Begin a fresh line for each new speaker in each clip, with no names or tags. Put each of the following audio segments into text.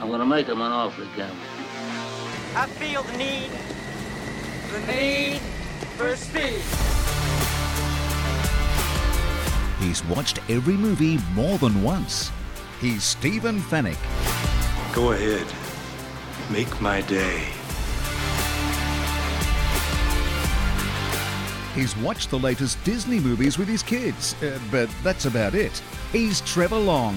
I'm going to make him an offer again.
I feel the need, the need for speed.
He's watched every movie more than once. He's Stephen Fennick.
Go ahead. Make my day.
He's watched the latest Disney movies with his kids, uh, but that's about it. He's Trevor Long.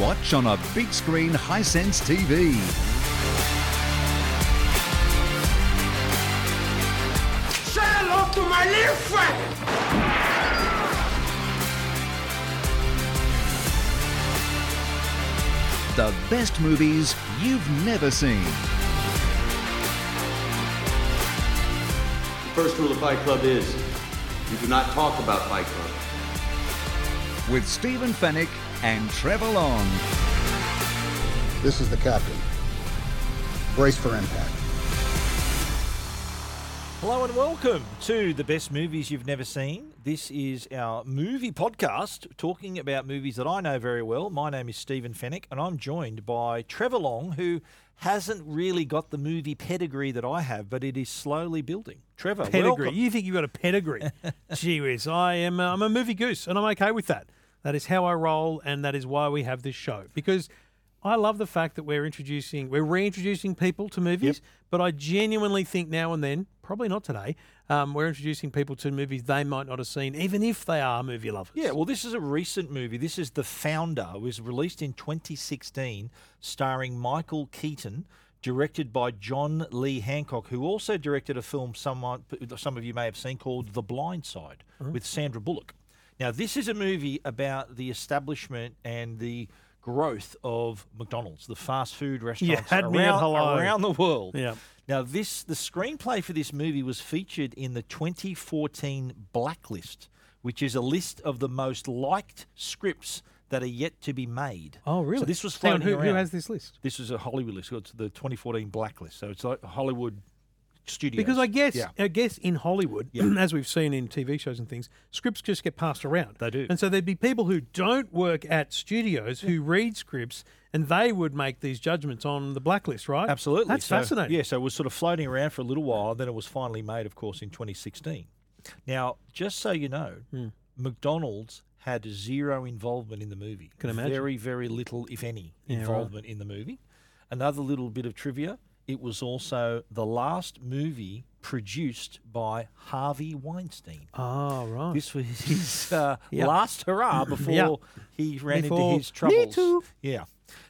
Watch on a big screen Hisense TV.
Say hello to my little friend!
The best movies you've never seen.
The first rule of Fight Club is you do not talk about Fight Club.
With Stephen Fennick and Trevor Long.
This is the captain. Brace for impact.
Hello and welcome to the best movies you've never seen. This is our movie podcast talking about movies that I know very well. My name is Stephen Fennick and I'm joined by Trevor Long, who hasn't really got the movie pedigree that I have, but it is slowly building. Trevor,
pedigree.
welcome.
You think you've got a pedigree? Gee whiz, I am. Uh, I'm a movie goose, and I'm okay with that. That is how I roll, and that is why we have this show because I love the fact that we're introducing, we're reintroducing people to movies. But I genuinely think now and then, probably not today, um, we're introducing people to movies they might not have seen, even if they are movie lovers.
Yeah, well, this is a recent movie. This is The Founder. It was released in 2016, starring Michael Keaton, directed by John Lee Hancock, who also directed a film someone some of you may have seen called The Blind Side
Mm-hmm.
with Sandra Bullock. Now, this is a movie about the establishment and the growth of McDonald's, the fast food restaurants
had
around,
me at hello.
around the world.
Yeah.
Now, this the screenplay for this movie was featured in the 2014 Blacklist, which is a list of the most liked scripts that are yet to be made.
Oh, really?
So this was
Hang on,
floating
who,
around.
who has this list?
This is a Hollywood list. It's the 2014 Blacklist. So it's like Hollywood studios.
Because I guess
Yeah.
I guess in Hollywood,
Yeah.
as we've seen in TV shows and things, scripts just get passed around.
They do.
And so there'd be people who don't work at studios who read scripts and they would make these judgments on the blacklist, right?
Absolutely.
That's
So,
fascinating.
Yeah, so it was sort of floating around for a little while, then it was finally made, of course, in 2016. Now, just so you know,
Hmm.
McDonald's had zero involvement in the movie.
Can imagine.
Very, very little, if any,
Yeah, right.
involvement in the movie. Another little bit of trivia it was also the last movie produced by Harvey Weinstein.
Oh, right.
This was his uh,
Yeah.
last hurrah before
Yeah.
he ran
Before-
into his troubles.
Me too.
Yeah.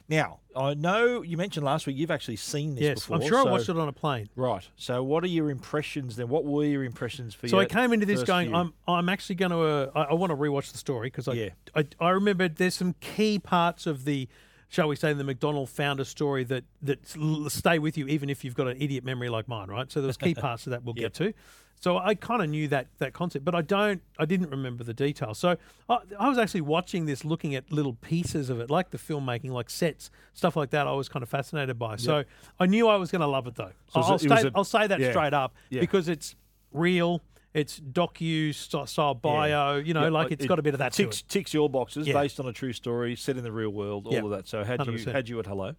Now, I know you mentioned last week you've actually seen this
yes,
before.
I'm sure
so-
I watched it on a plane.
Right. So, what are your impressions then? What were your impressions for
So
your
I came into this
first
going,
view?
I'm I'm actually going to, uh, I, I want to rewatch the story because I,
Yeah.
I I remember there's some key parts of the, shall we say, the McDonald founder story that that l- stay with you even if you've got an idiot memory like mine, right? So there's key parts of that we'll get to. So I kind of knew that that concept, but I don't, I didn't remember the details. So I, I was actually watching this, looking at little pieces of it, like the filmmaking, like sets, stuff like that. I was kind of fascinated by. So I knew I was going to love it though.
So it was a-
I'll,
it was a-
state- I'll say that
yeah.
straight up
Yeah.
because it's real. It's docu st- style bio. You know,
Yeah,
like it's got a bit of that to
ticks,
it.
ticks your boxes
Yeah.
based on a true story, set in the real world, all
Yeah.
of that. So, had you
100%.
had you at hello?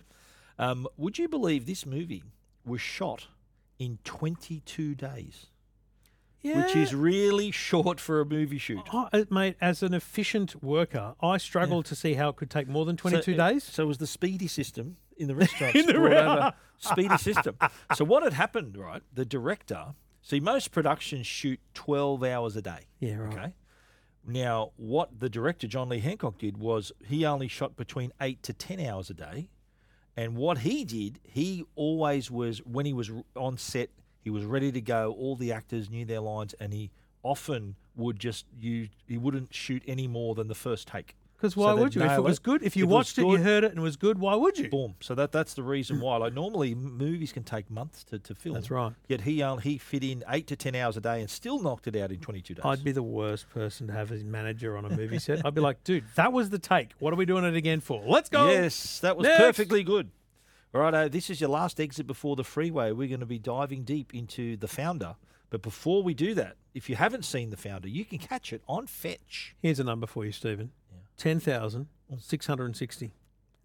Um, would you believe this movie was shot in 22 days,
Yeah.
which is really short for a movie shoot?
I- I- mate, as an efficient worker, I struggled to see how it could take more than
So
22
it-
days.
So it was the speedy system in the restaurant.
In the
brought
re-
over speedy system. So what had happened, right? The director. See, most productions shoot twelve hours a day.
Yeah, right.
Okay. Now, what the director John Lee Hancock did was he only shot between eight to ten hours a day, and what he did, he always was when he was r- on set, he was ready to go. All the actors knew their lines, and he often would just you he wouldn't shoot any more than the first take.
Because why
So they'd
would you? If it
nail
was good, if you
If it was
watched it, you
good,
heard it, and it was good, why would you?
Boom. So that that's the reason why. Like normally, m- movies can take months to, to film.
That's right.
Yet he on- he fit in eight to ten hours a day and still knocked it out in twenty two days.
I'd be the worst person to have as manager on a movie set. I'd be like, dude, that was the take. What are we doing it again for? Let's go.
Yes, that was
Next.
perfectly good. All right, uh, this is your last exit before the freeway. We're going to be diving deep into the founder. But before we do that, if you haven't seen the founder, you can catch it on Fetch.
Here's a number for you, Stephen. Ten thousand six hundred and sixty.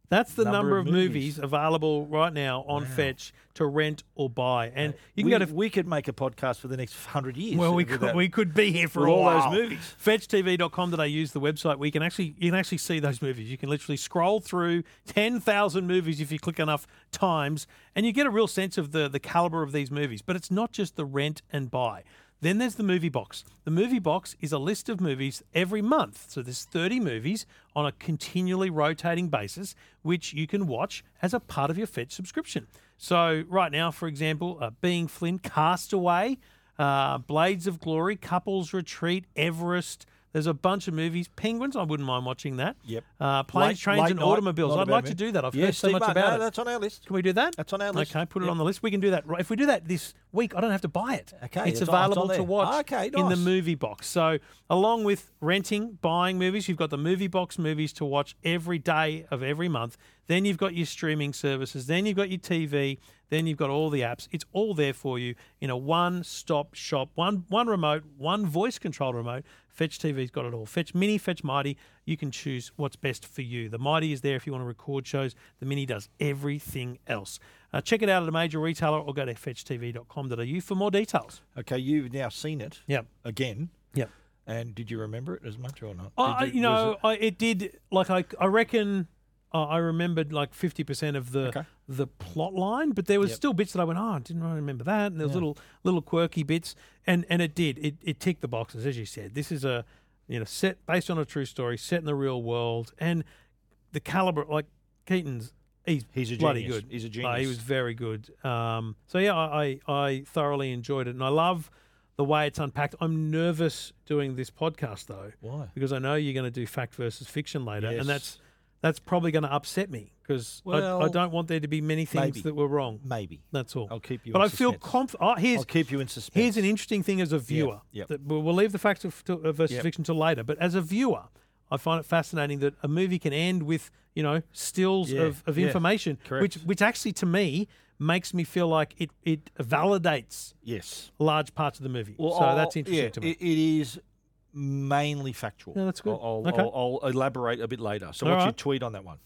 That's the number, of movies. available right now on Fetch to rent or buy, and you can
we,
go to
we could make a podcast for the next hundred years.
Well, we
with
could
that.
we could be here for
with
a
all those
while.
movies.
FetchTV.com.au is the website where you can actually you can actually see those movies. You can literally scroll through ten thousand movies if you click enough times, and you get a real sense of the the caliber of these movies. But it's not just the rent and buy. Then there's the movie box. The movie box is a list of movies every month. So there's 30 movies on a continually rotating basis, which you can watch as a part of your Fetch subscription. So right now, for example, uh, Being Flynn, Castaway, uh, Blades of Glory, Couples Retreat, Everest. There's a bunch of movies. Penguins, I wouldn't mind watching that.
Yep.
Uh, planes,
Late-
trains,
late
and
night,
automobiles.
not a
I'd
bad
like to
movie.
do that. I've
Yeah,
heard so
Steve
much
Martin,
about
no,
it.
That's on our list.
Can we do that?
That's on our list.
Okay, put it
Yep.
on the list. We can do that. right- If we do that this week, I don't have to buy it.
Okay,
it's,
it's on- it's
available
on
to
there.
watch
Okay,
in the
nice.
movie box. So, along with renting, buying movies, you've got the movie box movies to watch every day of every month. Then you've got your streaming services. Then you've got your TV. Then you've got all the apps. It's all there for you in a one-stop shop. One one remote, one voice-controlled remote. Fetch TV's got it all. Fetch Mini, Fetch Mighty. You can choose what's best for you. The Mighty is there if you want to record shows. The Mini does everything else. Uh, check it out at a major retailer or go to fetchtv.com.au for more details.
Okay, you've now seen it.
Yep.
Again.
Yep.
And did you remember it as much or not?
Oh,
Did
I- you,
was
know,
it-
I, it did. Like I, I reckon, uh, I remembered like fifty percent of the
Okay.
the plot line, but there was
Yep.
still bits that I went, oh, I didn't really remember that, and there was little little quirky bits, and and it did. It it ticked the boxes as you said. This is a you know set based on a true story, set in the real world, and the caliber like Keaton's. He's,
He's a
bloody
genius.
good.
He's a
Uh, he
genius.
was very good. Um, so yeah, I, I I thoroughly enjoyed it, and I love the way it's unpacked. I'm nervous doing this podcast though,
Why?
because I know you're going to do fact versus fiction later,
Yes.
and that's that's probably going to upset me because I, I
Well,
don't want there to be many things
maybe.
that were wrong.
Maybe.
That's all.
I'll keep you
But
in
I feel
suspense.
confident. Oh, here's
I'll keep you in suspense.
Here's an interesting thing as a viewer.
yep.
that we'll we'll leave the facts of, to, uh, versus
Yep.
fiction till later. But as a viewer, I find it fascinating that a movie can end with you know stills
Yeah,
of, of
yeah,
information, which
correct.
which actually to me makes me feel like it it validates
Yes.
large parts of the movie.
Well,
so
I'll-
that's interesting
yeah,
to me.
It, it is mainly factual.
No, that's good.
I'll, I'll,
Okay.
I'll, I'll elaborate a bit later. So
All
what's your
right.
tweet on that one?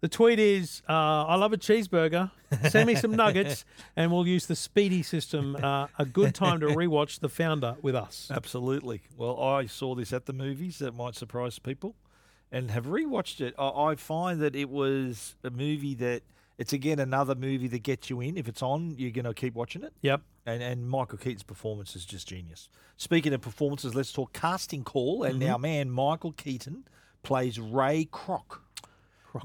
The tweet is, uh, I love a cheeseburger. Send me some nuggets, and we'll use the speedy system. Uh, a good time to rewatch The Founder with us.
Absolutely. Well, I saw this at the movies. That might surprise people, and have rewatched it. I, I find that it was a movie that it's again another movie that gets you in. If it's on, you're going to keep watching it.
Yep.
And and Michael Keaton's performance is just genius. Speaking of performances, let's talk casting call. And our man Michael Keaton plays Ray Kroc.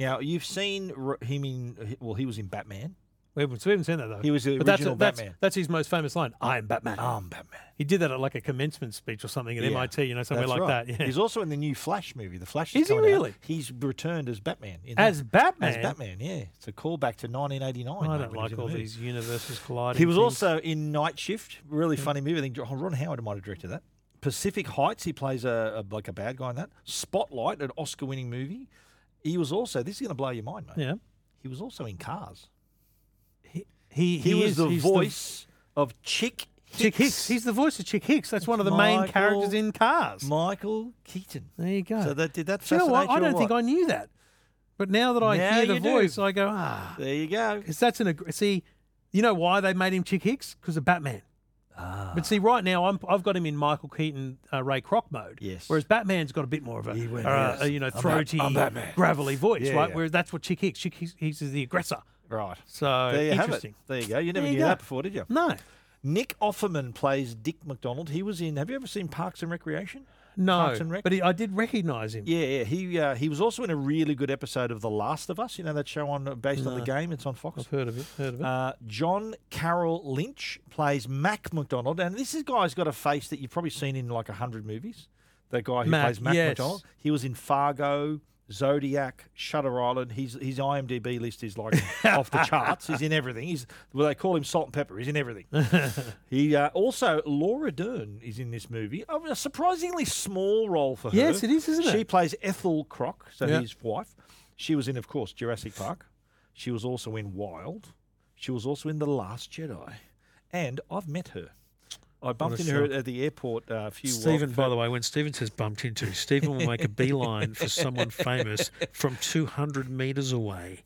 Now you've seen R- him in well, he was in Batman.
We haven't, we haven't seen that, though.
He was the
But that's,
original
that's,
Batman.
That's his most famous line I am Batman.
I'm Batman.
He did that at like a commencement speech or something at
Yeah.
MIT, you know, somewhere
That's
like
right.
that. Yeah.
He's also in the new Flash movie. The Flash is,
Is he
coming out.
really?
He's returned as Batman. in
As
that.
Batman?
As Batman, yeah. It's a callback to 1989.
I
mate, when
don't
he was in
like
the
all
movie.
these universes colliding.
He was
things.
also in Night Shift. Really funny movie. I think oh, Ron Howard might have directed that. Pacific Heights. He plays a, a like a bad guy in that. Spotlight, an Oscar-winning movie. He was also. This is going to blow your mind, mate.
Yeah.
He was also in Cars.
He,
He, was
is-
the
he's
voice of Chick Hicks.
Chick Hicks. He's the voice of Chick Hicks. That's one of the main
Michael-
characters in Cars.
Michael Keaton.
There you go.
So that did that
Do you know what?
fascinate
I
you or
don't think
what?
I knew that. But now that I
Now
hear the
you do.
voice, I go, ah.
There you go.
Because that's an ag- see, you know why they made him Chick Hicks because of Batman.
Ah.
But see, right now I'm I've got him in Michael Keaton uh, Ray Kroc mode.
Yes.
Whereas Batman's got a bit more of a,
He went,
or a-
yes.
a, you know
I'm Bat-
throaty,
I'm Batman.
gravelly voice,
Yeah,
right?
yeah.
Whereas that's what Chick Hicks. Chick Hicks, Hicks is the aggressor.
Right.
So
There you have it.
interesting.
There you go. Mm. You never
There you
knew that
go.
before, did you?
No,
Nick Offerman plays Dick McDonald. He was in. Have you ever seen Parks and Recreation?
no.
Parks and Rec?
But he, I did recognise him.
Yeah, yeah. He uh, he was also in a really good episode of The Last of Us. You know that show on based on the game. It's on Fox.
I've heard of it. Heard of it.
Uh, John Carroll Lynch plays Mac McDonald, and this is guy's got a face that you've probably seen in like hundred movies. The guy who
Mac,
plays Mac
yes.
McDonald, he was in Fargo, Zodiac, Shutter Island. His his IMDb list is like off the charts. He's in everything. He's well, they call him Salt and Pepper. He's in everything. he uh, also Laura Dern is in this movie. Oh, A surprisingly small role for her.
Yes, it is, isn't
She
it?
plays Ethel Crock, so
Yeah.
his wife. She was in, of course, Jurassic Park. She was also in Wild. She was also in The Last Jedi, and I've met her. I bumped
a
into her
shock.
at the airport uh, a few. while-
Stephen, by the way, when Stephen says bumped into, Stephen will make a beeline for someone famous from 200 metres away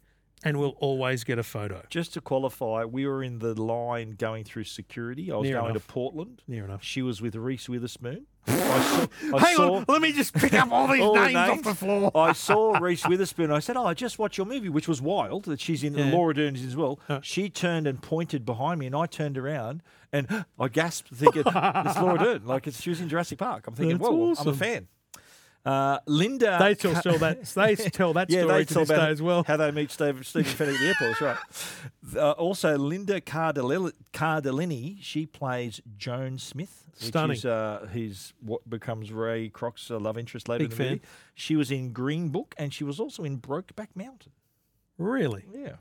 and will always get a photo.
Just to qualify, we were in the line going through security. I was
Near
going
enough.
to Portland.
Near enough.
She was with Reese Witherspoon. I saw, I saw
let me just pick up all these
all the I saw Reese Witherspoon. I said, "Oh, I just watched your movie, which was wild. That she's in
Yeah.
Laura Dern's as well."
Huh.
She turned and pointed behind me, and I turned around and I gasped, thinking, "It's Laura Dern!" Like it's, she was in Jurassic Park. I'm thinking,
That's
"Whoa, I'm
awesome.
a fan." Uh, Linda,
They still tell that. They tell that
yeah,
story
they
to
tell
this
about
day as well.
How they meet Steve, Stephen Fenwick at the airport. That's right. Uh, also, Linda Cardellini, Cardellini, she plays Joan Smith, which
Stunning.
is uh, his what becomes Ray Croc's uh, love interest later
Big
in the movie.
fan.
She was in Green Book, and she was also in Brokeback Mountain.
Really?
Yeah.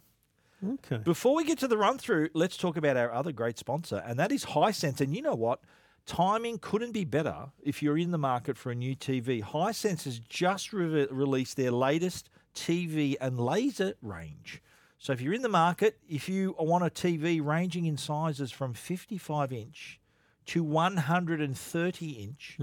Okay.
Before we get to the run through, let's talk about our other great sponsor, and that is Hisense. And you know what? Timing couldn't be better if you're in the market for a new TV. Hisense has just re- released their latest TV and laser range. So if you're in the market, if you want a TV ranging in sizes from 55 inch to 130 inch,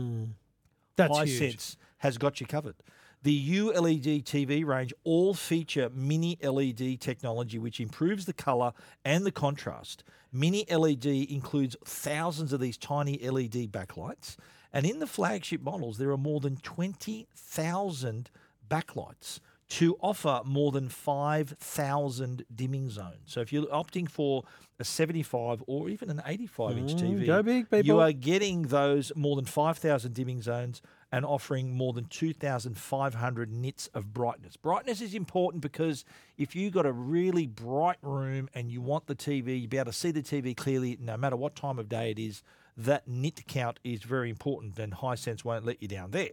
That's huge.
Hisense has got you covered. The E ULED TV range all feature mini LED technology, which improves the color and the contrast. Mini LED includes thousands of these tiny LED backlights, and in the flagship models, there are more than 20,000 backlights to offer more than 5,000 dimming zones. So if you're opting for a 75 or even an 85 inch TV,
Mm, go big,
you
people.
are getting those more than 5,000 dimming zones and offering more than 2,500 nits of brightness. Brightness is important because if you've got a really bright room and you want the TV, you be able to see the TV clearly no matter what time of day it is, that nit count is very important and Hisense won't let you down there.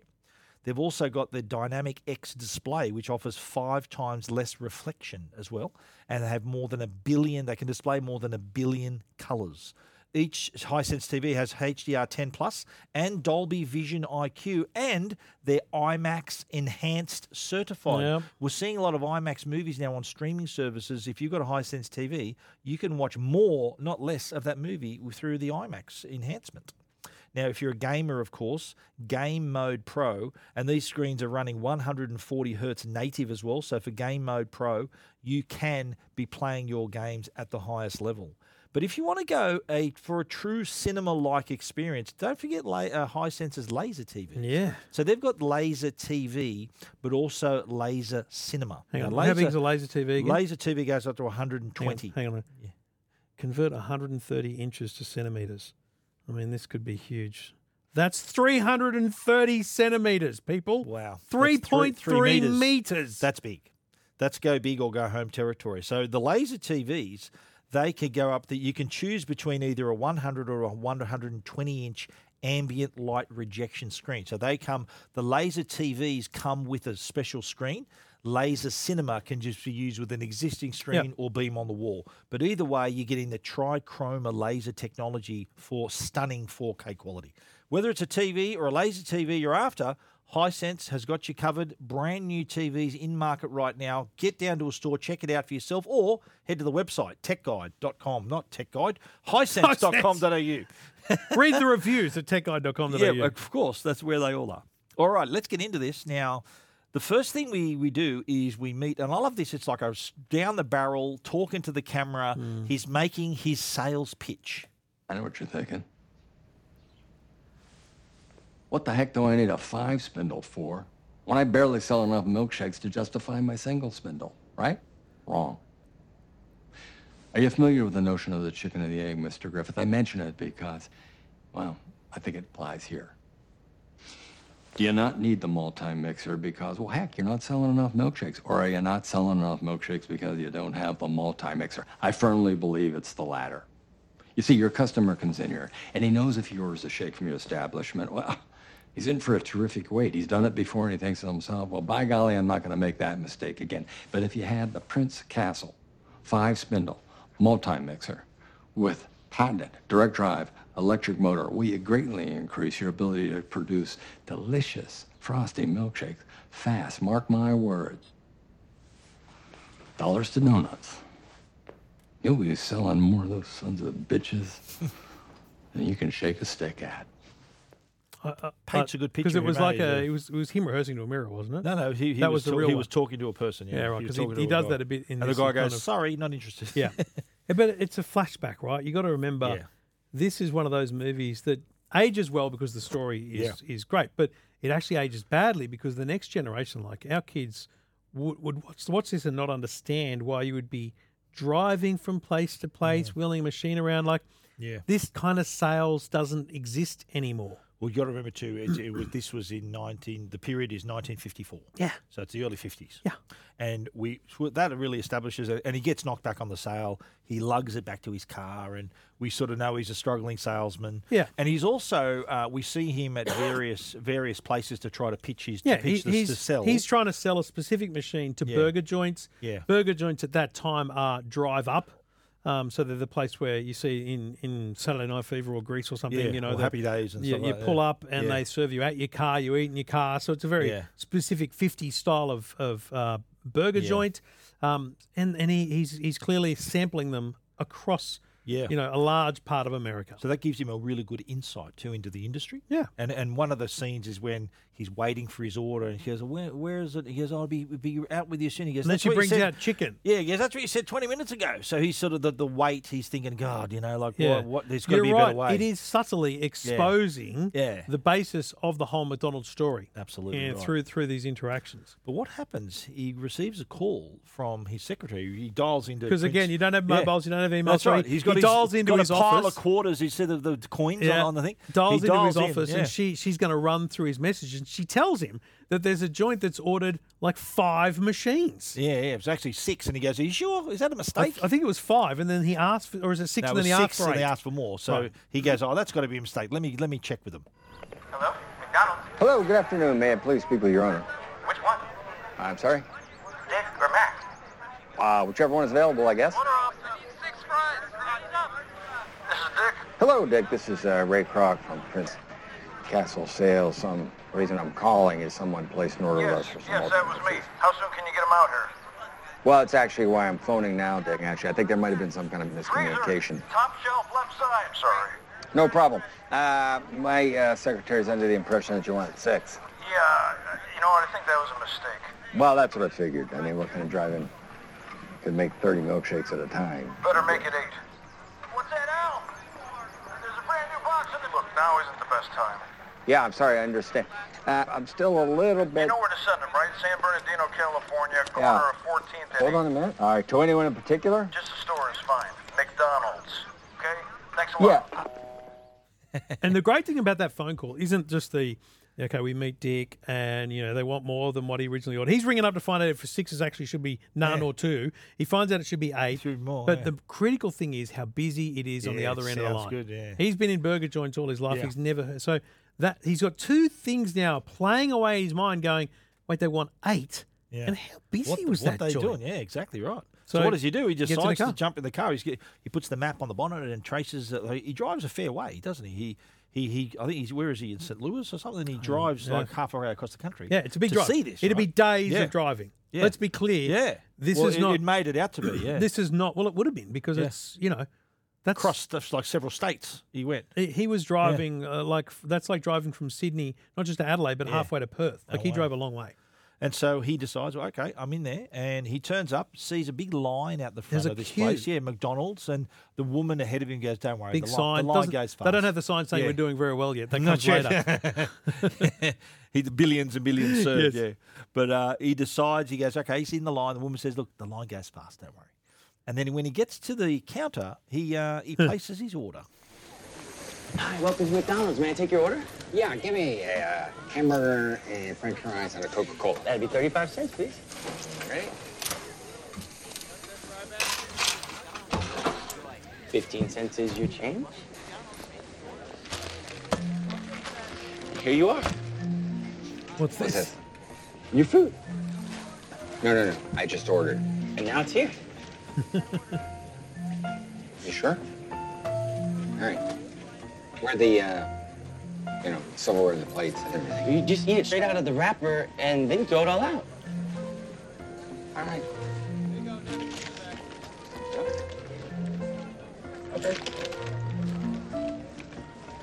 They've also got the Dynamic X display, which offers five times less reflection as well. And they have more than a billion, they can display more than a billion colors. Each Hisense TV has HDR10 Plus and Dolby Vision IQ and their IMAX Enhanced certified.
Yep.
We're seeing a lot of IMAX movies now on streaming services. If you've got a Hisense TV, you can watch more, not less, of that movie through the IMAX enhancement. Now, if you're a gamer, of course, Game Mode Pro, and these screens are running 140 hertz native as well. So for Game Mode Pro, you can be playing your games at the highest level. But if you want to go a, for a true cinema-like experience, don't forget la- uh, Hisense's Laser TV.
Yeah.
So they've got laser TV, but also laser cinema.
Hang
Now,
on. How big's a laser TV again?
laser TV goes up to 120.
Hang on. Hang on. Convert 130 inches to centimeters. I mean, this could be huge. That's 330 centimeters, people.
Wow. That's three- three
3.3 meters.
meters. That's big. That's go big or go home territory. So the laser TVs, they can go up that you can choose between either a 100 or a 120 inch ambient light rejection screen. So they come, the laser TVs come with a special screen. Laser cinema can just be used with an existing screen or beam on the wall. But either way, you're getting the trichroma laser technology for stunning 4K quality. Whether it's a TV or a laser TV you're after, Hisense has got you covered. Brand new TVs in market right now. Get down to a store, check it out for yourself, or head to the website, techguide.com, not tech guide, hisense.com.au.
Read the reviews at techguide.com.au.
Yeah, of course. That's where they all are. All right, let's get into this. Now, the first thing we, we do is we meet, and I love this. It's like I was down the barrel, talking to the camera. He's making his sales pitch.
I know what you're thinking. What the heck do I need a five spindle for when I barely sell enough milkshakes to justify my single spindle, right? Wrong. Are you familiar with the notion of the chicken and the egg, Mr. Griffith? I mention it because, well, I think it applies here. Do you not need the multi-mixer because, well, heck, you're not selling enough milkshakes? Or are you not selling enough milkshakes because you don't have the multi-mixer? I firmly believe it's the latter. You see, your customer comes in here and he knows if he orders a shake from your establishment, well, He's in for a terrific wait. He's done it before and he thinks to himself, well, by golly, I'm not going to make that mistake again. But if you had the Prince Castle, five spindle, multi mixer with patented direct drive electric motor, will you greatly increase your ability to produce delicious, frosty milkshakes fast? Mark my words. Dollars to donuts. You'll be selling more of those sons of bitches than you can shake a stick at.
I, I,
Paints a good
because
picture,
it was
mate,
like
yeah.
a it was it was him rehearsing to a mirror, wasn't it?
No, no, he, he
that
was,
was, the
ta-
real
he
one.
was talking to a person. Yeah,
Yeah, right,
was
'cause he-
talking to
he
a
does
guy.
that a bit in
and
this,
the guy
he kind
goes,
of-
"Sorry, not interested."
Yeah. Yeah, but it's a flashback, right? You got to remember
Yeah.
this is one of those movies that ages well because the story is is great, but it actually ages badly because the next generation, like our kids, would, would watch, watch this and not understand why you would be driving from place to place, wheeling a machine around. Like,
Yeah.
this kind of sales doesn't exist anymore.
Well, you got to remember too. It, it was this was in nineteen. The period is nineteen fifty four.
Yeah.
So it's the early fifties.
Yeah.
And we so that really establishes it. And he gets knocked back on the sale. He lugs it back to his car, and we sort of know he's a struggling salesman.
Yeah.
And he's also uh, we see him at various various places to try to pitch his
Yeah,
to pitch
he-
this
he's,
to sell.
he's trying to sell a specific machine to
Yeah.
burger joints.
Yeah.
Burger joints at that time are drive up. Um, so they're the place where you see in, in Saturday Night Fever or Grease or something,
Yeah,
you know,
or
the-
Happy Days and
you,
stuff
you
like that.
pull up and
Yeah.
they serve you out your car, you eat in your car. So it's a very
Yeah.
specific 50 style of, of uh, burger
Yeah.
joint. Um, and and he, he's, he's clearly sampling them across,
Yeah.
you know, a large part of America.
So that gives him a really good insight too into the industry.
Yeah.
And and one of the scenes is when he's waiting for his order and he goes, Where where is it? He goes, "Oh, I'll be be out with you soon. He goes,
And then
"That's
she
what you
brings
said."
out chicken.
Yeah, he goes, That's what you said twenty minutes ago. So he's sort of the, the wait, he's thinking, God, you know, like
Yeah.
what, what there's gotta
You're
be a
right.
better way.
It is subtly exposing
Yeah.
the basis of the whole McDonald's story.
Absolutely
And
right.
through through these interactions.
But what happens? He receives a call from his secretary. He dials into
Because again, you don't have mobiles, you don't have emails,
That's
so
right.
he-
He's got
he
his,
dials into
got
his
a pile
office.
of quarters instead of the coins on, on the thing.
Dials
he
into
dials
his
in,
office
yeah.
and she she's going to run through his message and she tells him that there's a joint that's ordered like five machines.
Yeah, yeah, it was actually six, and he goes, "Are you sure? Is that a
I,
mistake?"
I think it was five, and then he asked for, or is it six?
No,
and
it
then
was
he
six
asked for
and they
eight.
asked for more. So
Right.
he goes, "Oh, that's got to be a mistake. Let me let me check with them."
Hello? McDonald's?
Hello, good afternoon. May I please speak with Your Honor?
Which one?
I'm sorry?
Dick or Mac?
Uh, whichever one is available, I guess.
Six fries. This is Dick.
Hello, Dick. This is uh, Ray Kroc from Prince Castle Sales. Some reason I'm calling is someone placed an order with us
Yes,
for some
yes, that was me.
alternatives.
How soon can you get him out here?
Well, it's actually why I'm phoning now, Dick. Actually, I think there might have been some kind of miscommunication.
Freezer. Top shelf left side. Sorry.
No problem. Uh, my uh, secretary's under the impression that you wanted six.
Yeah, uh, you know what? I think that was a mistake.
Well, that's what I figured. I mean, what kind of driving could make 30 milkshakes at a time?
Better make it eight. What's that, Al? There's a brand new box in the... Look, now isn't the best time.
Yeah, I'm sorry. I understand. Uh, I'm still a little
You
bit.
know where to send them, right? San Bernardino, California, corner
Yeah.
of 14th and
Hold on a
8th.
minute. All right. To anyone in particular?
Just the store is fine. McDonald's. Okay? Thanks a
Yeah. uh,
lot.
And the great thing about that phone call isn't just the okay, we meet Dick, and you know they want more than what he originally ordered. He's ringing up to find out if six is actually should be none or two. He finds out it should be eight.
Should be more,
but
yeah.
the critical thing is how busy it is on the
Yeah,
other
it
end of the
sounds
line.
good, yeah.
He's been in burger joints all his life.
Yeah.
He's never so that he's got two things now playing away his mind, going, wait, they want eight. And how busy
what, the-
was
what
that
they
joint?
doing? Yeah, exactly right. So,
So
what does he do? He
gets in the
decides to
car.
jump in the car. He's, get- he puts the map on the bonnet and traces. it. Like, he drives a fair way, doesn't he? He he, he I think he's where is he in St. Louis or something? He drives like half a way across the country.
Oh, Yeah, it's a big
to
drive.
See this?
It'd be
right?
days
Yeah.
of driving.
Yeah.
Let's be clear.
Yeah,
This
Well,
is
it-
not
It made it out to be. Yeah,
This is not well. It would have been because
Yeah.
it's you know, that's
across stuff like several states. He went.
He, he was driving uh, like that's like driving from Sydney, not just to Adelaide, but halfway to Perth. Like
Oh,
he
wow.
drove a long way.
And so he decides, well, okay, I'm in there. And he turns up, sees a big line out the front
There's a
of this
queue.
place. Yeah, McDonald's. And the woman ahead of him goes, don't worry.
Big
the, li-
sign.
the line
doesn't-
goes fast.
They don't have the sign saying
Yeah.
we're doing very well yet. That
Not
comes later.
yet. he, the billions and billions served, yeah. But uh, he decides, he goes, okay, he's in the line. The woman says, look, the line goes fast, don't worry. And then when he gets to the counter, he uh, he places his order.
Hi, welcome to McDonald's. May I take your order? Yeah, give me a uh, hamburger and french fries and a Coca-Cola. That'd be 35 cents, please. Ready? 15 cents is your change. Here you are.
What's
this? Your food. No, no, no. I just ordered. And now it's here. you sure? All right. Where the, uh, you know, silverware, the plates, and everything.
You just eat it straight out of the wrapper and then throw it all out.
All right. Okay.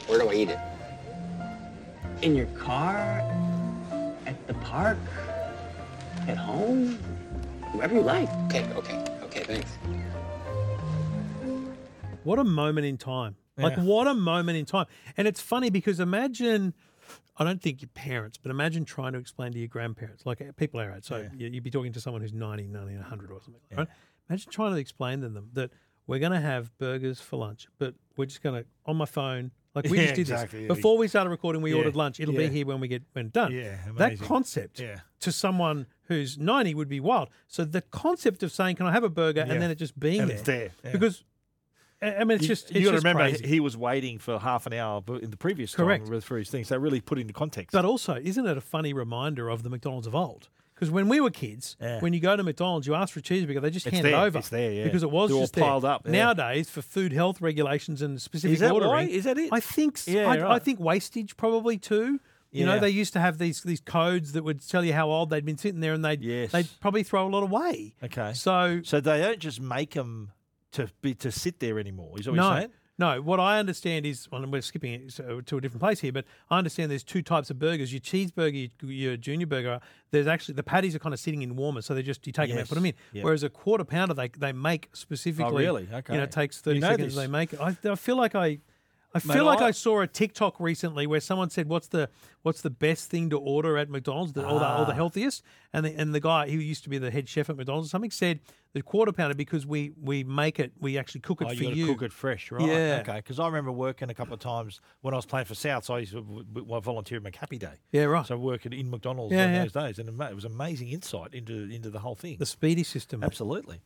Where do I eat it?
In your car, at the park, at home, wherever you like.
Okay, okay, okay, thanks.
What a moment in time. Like,
Yeah.
what a moment in time. And it's funny because imagine, I don't think your parents, but imagine trying to explain to your grandparents, like uh, people our age. So you- you'd be talking to someone who's 90, 90, 100 or something, right? Imagine trying to explain to them that we're going to have burgers for lunch, but we're just going to, on my phone, like we
Yeah,
just did
exactly.
this.
It'll be-
Before we started recording, we
Yeah,
ordered lunch. It'll
yeah.
be here when we get when done.
Yeah,
that
amazing.
concept
Yeah.
to someone who's 90 would be wild. So the concept of saying, "Can I have a burger?"
Yeah.
and then it just being
And
there,
it's there, yeah.
because I I mean, it's
You-
just it's
you gotta
just
remember
crazy.
he was waiting for half an hour b- in the previous time
Correct.
with- for his things. They really put into context.
But also, isn't it a funny reminder of the McDonald's of old? Because when we were kids,
Yeah.
when you go to McDonald's, you ask for a cheeseburger, they just
It's
hand it
there,
over.
it's there, yeah.
Because it was
They're all
just there.
piled up, yeah.
Nowadays, for food health regulations and specific
that why?
ordering,
Is that it?
I think. s-
Yeah,
I, I
right.
think wastage probably too. You know,
Yeah.
they used to have these these codes that would tell you how old they'd been sitting there, and they'd they'd probably throw a lot away.
okay,
So
so they don't just make them to be to sit there anymore. Is that what
no,
you're saying?
No, what I understand is, well, and we're skipping it so, to a different place here, but I understand there's two types of burgers: your cheeseburger, your, your junior burger. There's actually the patties are kind of sitting in warmer, so they just you take them out, put them in.
Yes, yeah. Oh,
Whereas a quarter pounder they they make specifically.
really?
You know,
Okay.
it takes thirty
You know this.
seconds. They make. it. I, I feel like I. I
Mate,
feel like
I-
I, saw a TikTok recently where someone said, "What's the what's the best thing to order at McDonald's? The, all, the, all the
Ah.
healthiest?" And the, and the guy who used to be the head chef at McDonald's or something said the quarter pounder because we we make it, we actually cook it
oh,
for
gotta
you.
cook it fresh, right?
Yeah.
Okay. Because I remember working a couple of times when I was playing for South. So I used to w- w- volunteer at McHappy Day.
Yeah, right.
So working in McDonald's
Yeah,
in
yeah.
those days, and it ma- it was amazing insight into into the whole thing.
The speedy system.
Absolutely.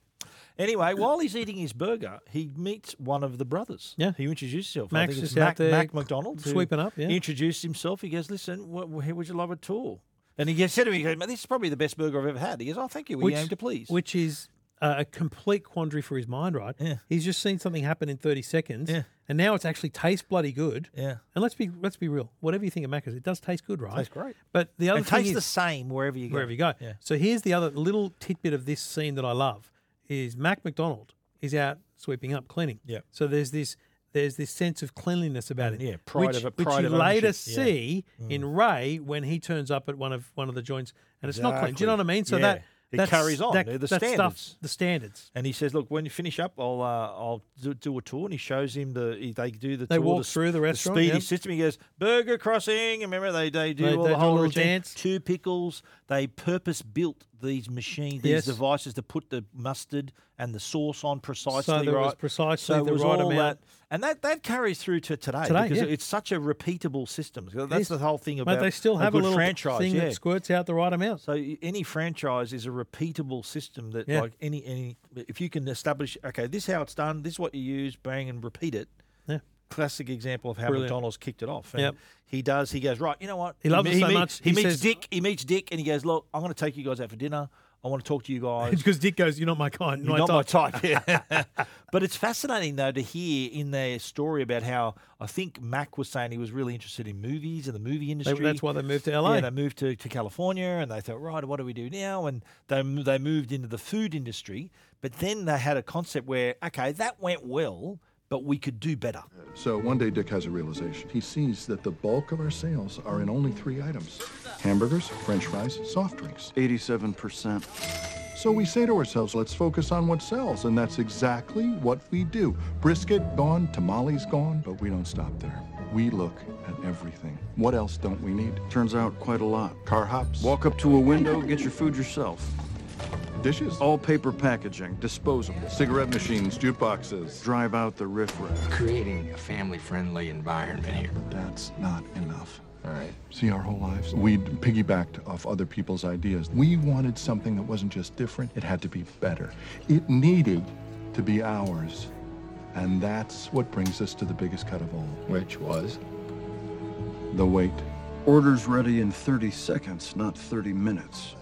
Anyway, while he's eating his burger, he meets one of the brothers.
Yeah.
He introduces himself. I
Max
think it's
is out
Mac,
there
Mac McDonald. who
sweeping up, yeah.
introduced himself. He goes, listen, what, would you love a tour? And he said to me, he goes, "Mate, this is probably the best burger I've ever had. He goes, oh, thank you. We aim to please.
Which is uh, a complete quandary for his mind, right? Yeah. He's just seen something happen in 30 seconds,
Yeah.
and now it's actually tastes bloody good.
Yeah.
And let's be let's be real. Whatever you think of Macca's, it does taste good, right?
Tastes great.
But the other
and
thing
tastes the
is-
same wherever you go.
wherever you go.
Yeah.
So here's the other little tidbit of this scene that I love is Mac McDonald is out sweeping up, cleaning.
Yeah.
So there's this there's this sense of cleanliness about it.
Yeah, pride
which,
of-
which
pride
you
of
later
ownership, yeah. Mm.
see in Ray when he turns up at one of one of the joints and it's not clean. Do you know what I mean? So
Exactly.
that
Yeah. it
that's-
carries on.
That,
They're the
that stuff-
standards.
the standards.
And he says, "Look, when you finish up, I'll uh, I'll do, do a tour." And he shows him the he- they do the
They
tour,
walk
the, s-
through the restaurant,
speedy
yeah.
system. He goes Burger Crossing. and Remember they they do
They-
all
they
the
do a
whole
little
routine.
dance.
Two pickles. They purpose built these machines, these
Yes.
devices to put the mustard and the sauce on precisely.
there
right.
was precisely
so it
the
was
right
all
amount.
That, and that that carries through to today,
Today,
because
yeah.
it's such a repeatable system. So
It
That's
is.
the whole thing
Mate,
about
they still have
a,
a,
good
little
franchise
thing
yeah.
that squirts out the right amount.
So y- any franchise is a repeatable system that,
Yeah.
like any any, if you can establish, okay, this is how it's done, this is what you use, bang, and repeat it.
Yeah.
Classic example of how
Brilliant.
McDonald's kicked it off. And
Yep.
He does. He goes right. You know what?
He loves it
me-
so
meet-
much,
He,
he
meets
says-
Dick. He meets Dick, and he goes, "Look, I'm going to take you guys out for dinner. I want to talk to you guys.
because Dick goes, You're not my kind.
You're not my type. Yeah. but it's fascinating though to hear in their story about how I think Mac was saying he was really interested in movies and the movie industry.
that's why they moved to LA.
Yeah, they moved to, to California and they thought, right, what do we do now? And they mo- they moved into the food industry, but then they had a concept where okay, that went well, but we could do better.
So one day Dick has a realization. He sees that the bulk of our sales are in only three items hamburgers, french fries, soft drinks.
87%.
So we say to ourselves, let's focus on what sells, and that's exactly what we do. Brisket gone, tamales gone, but we don't stop there. We look at everything. What else don't we need?
Turns out quite a lot.
Car hops.
Walk up to a window, get your food yourself.
Dishes.
All paper packaging, disposable.
Cigarette machines, jukeboxes.
Drive out the riffraff.
Creating a family friendly environment here.
That's not enough. All right. See, our whole lives, we piggybacked off other people's ideas. We wanted something that wasn't just different, it had to be better. It needed to be ours. And that's what brings us to the biggest cut of all. Which was? The wait
Orders ready in 30 seconds, not 30 minutes.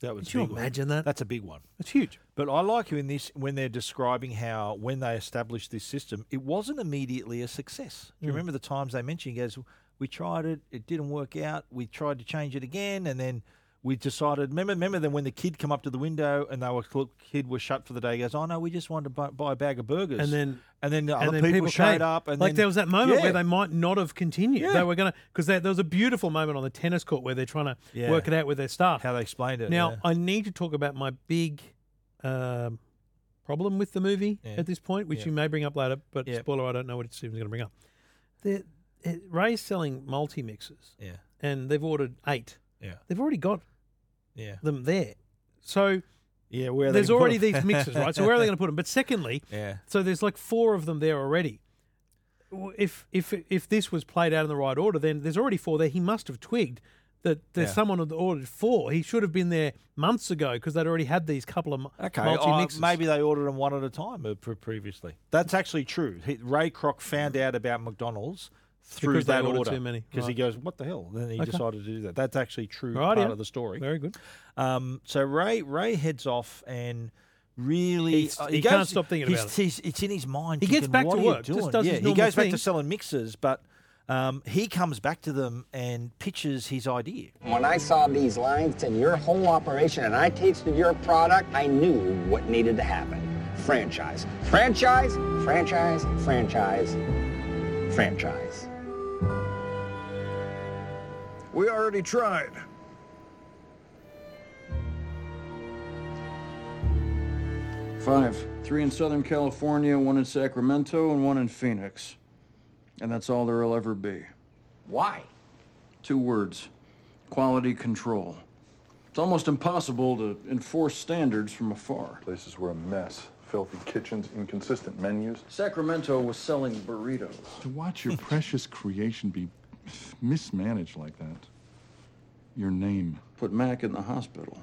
That was
Could you
a big
imagine
that? That's a big one.
That's huge.
But I like in this when they're describing how when they established this system, it wasn't immediately a success. Do you
Mm.
remember the times they mentioned? He goes, "We tried it, it didn't work out. We tried to change it again, and then we decided." Remember, remember then when the kid come up to the window and they were look, kid was shut for the day. He goes, "Oh no, we just wanted to buy, buy a bag of burgers."
And then
and then the
and
other
then
people, showed
came.
up, and
like
then-
there was that moment
Yeah.
where they might not have continued.
Yeah.
They were gonna because there was a beautiful moment on the tennis court where they're trying to
Yeah.
work it out with their staff.
how they explained it.
Now
yeah.
I need to talk about my big um, problem with the movie
Yeah.
at this point, which
Yeah.
you may bring up later. But
Yeah.
spoiler, I don't know what Stephen's going to bring up. The- it- Ray's selling multi mixes,
Yeah.
and they've ordered eight.
Yeah.
they've already got
Yeah.
them there. So
yeah, where are they
there's
gonna put
already
'em?
these mixes, right? So where are they going to put them? But secondly,
Yeah.
so there's like four of them there already. W- If if if this was played out in the right order, then there's already four there. He must have twigged that there's
Yeah.
someone who ordered four. He should have been there months ago because they'd already had these couple of
Okay,
multi
uh,
mixes.
maybe they ordered them one at a time uh, pre- previously. That's actually true. He, Ray Kroc found out about McDonald's through
Because they
that
ordered
order
too many.
because he
Right.
goes, "What the hell?" Then he
Okay.
decided to do that. That's actually true
Right,
part
yeah.
of the story.
Very good.
Um, so Ray Ray heads off and really uh,
He's- he can't stop thinking
he's-
about it.
he's- it's in his mind.
He
thinking,
gets back
"What
to
are you
work, just
doing?"
does
yeah,
his
he
normal
goes back to
thing.
selling mixes, but um, he comes back to them and pitches his idea.
When I saw these lines and your whole operation and I tasted your product, I knew what needed to happen. Franchise. Franchise, franchise, franchise, franchise.
We already tried. Five. Three in Southern California, one in Sacramento, and one in Phoenix. And that's all there'll ever be.
Why?
Two words quality control. It's almost impossible to enforce standards from afar.
Places were a mess. Filthy kitchens, inconsistent menus.
Sacramento was selling burritos.
To watch your precious creation be mismanaged like that. Your name.
Put Mac in the hospital.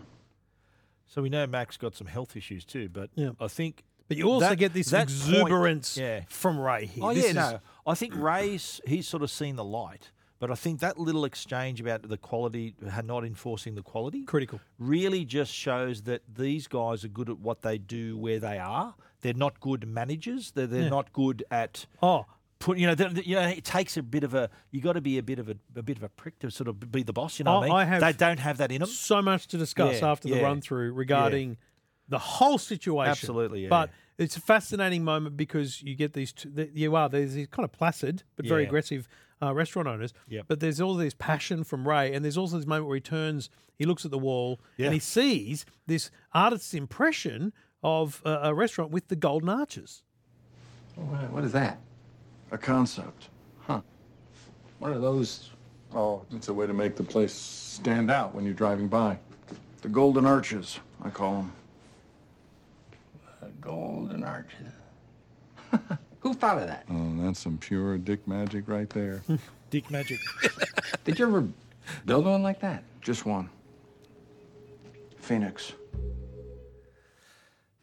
So we know Mac's got some health issues too, but
Yeah.
I think.
But you also
that-
get this
that point-
exuberance
yeah.
from Ray here.
Oh
This
yeah,
is-
no. I think Ray's he's sort of seen the light, but I think that little exchange about the quality, not enforcing the quality,
critical,
really just shows that these guys are good at what they do where they are. They're not good managers. They're they're
Yeah.
not good at
oh.
put. You know, they- they- you know, it takes a bit of a. You got to be a bit of a, a bit of a prick to sort of be the boss. You know,
I,
what I mean,
Oh, I have
they don't have that in them.
So much to discuss
Yeah,
after the
yeah,
run through
yeah.
regarding the whole situation.
Absolutely, yeah,
But it's a fascinating moment because you get these. Two, th- you are there's these kind of placid but very
Yeah.
aggressive uh, restaurant owners.
Yep.
But there's all this passion from Ray, and there's also this moment where he turns, he looks at the wall,
Yeah.
and he sees this artist's impression of a, a restaurant with the golden arches.
What what is that?
A concept.
What are those?
Oh, it's a way to make the place stand out when you're driving by.
The Golden Arches, I call them.
Golden arches. Who thought of that?
Oh, that's some pure dick magic right there.
Dick magic.
Did you ever build one like that?
Just one. Phoenix.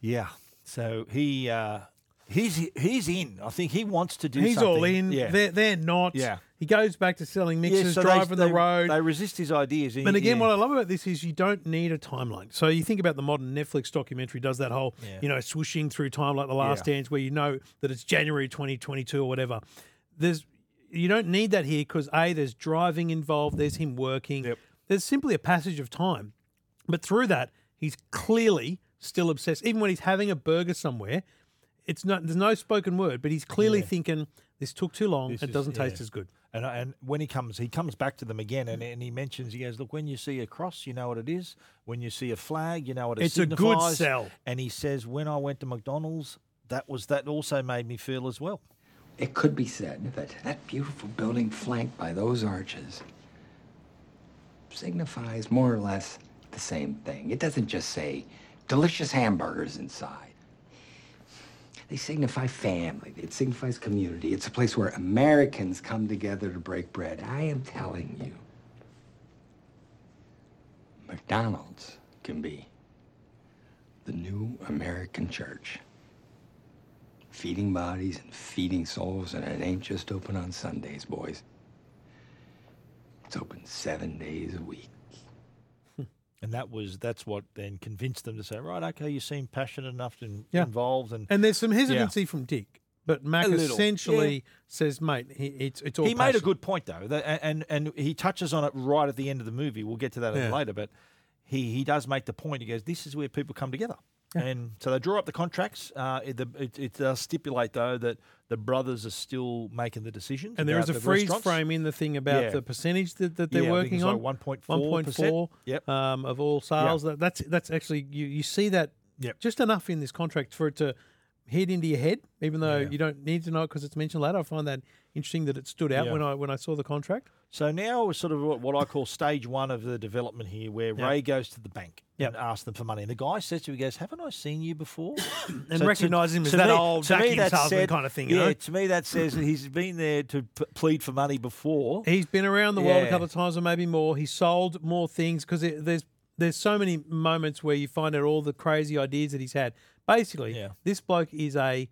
Yeah. So he uh, he's he's in. I think he wants to do.
He's
something.
all in.
Yeah.
They're, they're not.
Yeah.
He goes back to selling mixes,
so they-
driving
they-
the road.
They resist his ideas.
And again,
yeah.
what I love about this is you don't need a timeline. So you think about the modern Netflix documentary does that whole,
Yeah.
you know, swooshing through time like The Last
Yeah.
Dance, where you know that it's January 2022 or whatever. There's you don't need that here because a there's driving involved, there's him working, there's simply a passage of time. But through that, he's clearly still obsessed. Even when he's having a burger somewhere, it's not there's no spoken word, but he's clearly thinking this took too long.
This
it
is-
doesn't taste
yeah.
as good.
And, and when he comes, he comes back to them again, and, and he mentions, he goes, "Look, when you see a cross, you know what it is. When you see a flag, you know what it
It's a good
signifies."
sell.
And he says, "When I went to McDonald's, that was that also made me feel as well."
It could be said that that beautiful building flanked by those arches signifies more or less the same thing. It doesn't just say delicious hamburgers inside. They signify family. It signifies community. It's a place where Americans come together to break bread. I am telling you, McDonald's can be the new American church feeding bodies and feeding souls, and it ain't just open on Sundays, boys. It's It's open seven days a week.
And that was that's what then convinced them to say, right, okay, you seem passionate enough and
Yeah.
involved, and
And there's some
Yeah.
hesitancy from Dick, but Mac
A little,
essentially
yeah.
says, "Mate, he, it's it's all."
he made a
passion."
good point though, that, a- and and he touches on it right at the end of the movie. We'll get to that a
Yeah.
little later, but he he does make the point. He goes, "This is where people come together." And so they draw up the contracts. Uh, it, the- it, it does stipulate though that the brothers are still making the decisions.
And there is
about
a
the
freeze
restaurants.
frame in the thing about
Yeah.
the percentage that, that they're
Yeah, I think
working
it's
on.
like 1.4%.
1.4,
Yep.
um, of all sales. That, that's that's actually you, you see that
Yep.
just enough in this contract for it to hit into your head, even though you don't need to know it because it's mentioned later. I find that interesting that it stood out
Yeah.
when I when I saw the contract.
So now is sort of what what I call stage one of the development here, where
Yeah.
Ray goes to the bank
Yeah.
and asks them for money. And the guy says to him, he goes, haven't I seen you before?
And
to-
recognises him as
to
that old
to me
vacuum
that
salesman
said-
kind of thing, you
Yeah,
know?
to me that says that he's been there to p- plead for money before.
He's been around the world a
Yeah.
couple of times, or maybe more. He sold more things because there's there's so many moments where you find out all the crazy ideas that he's had. Basically,
Yeah.
this bloke is a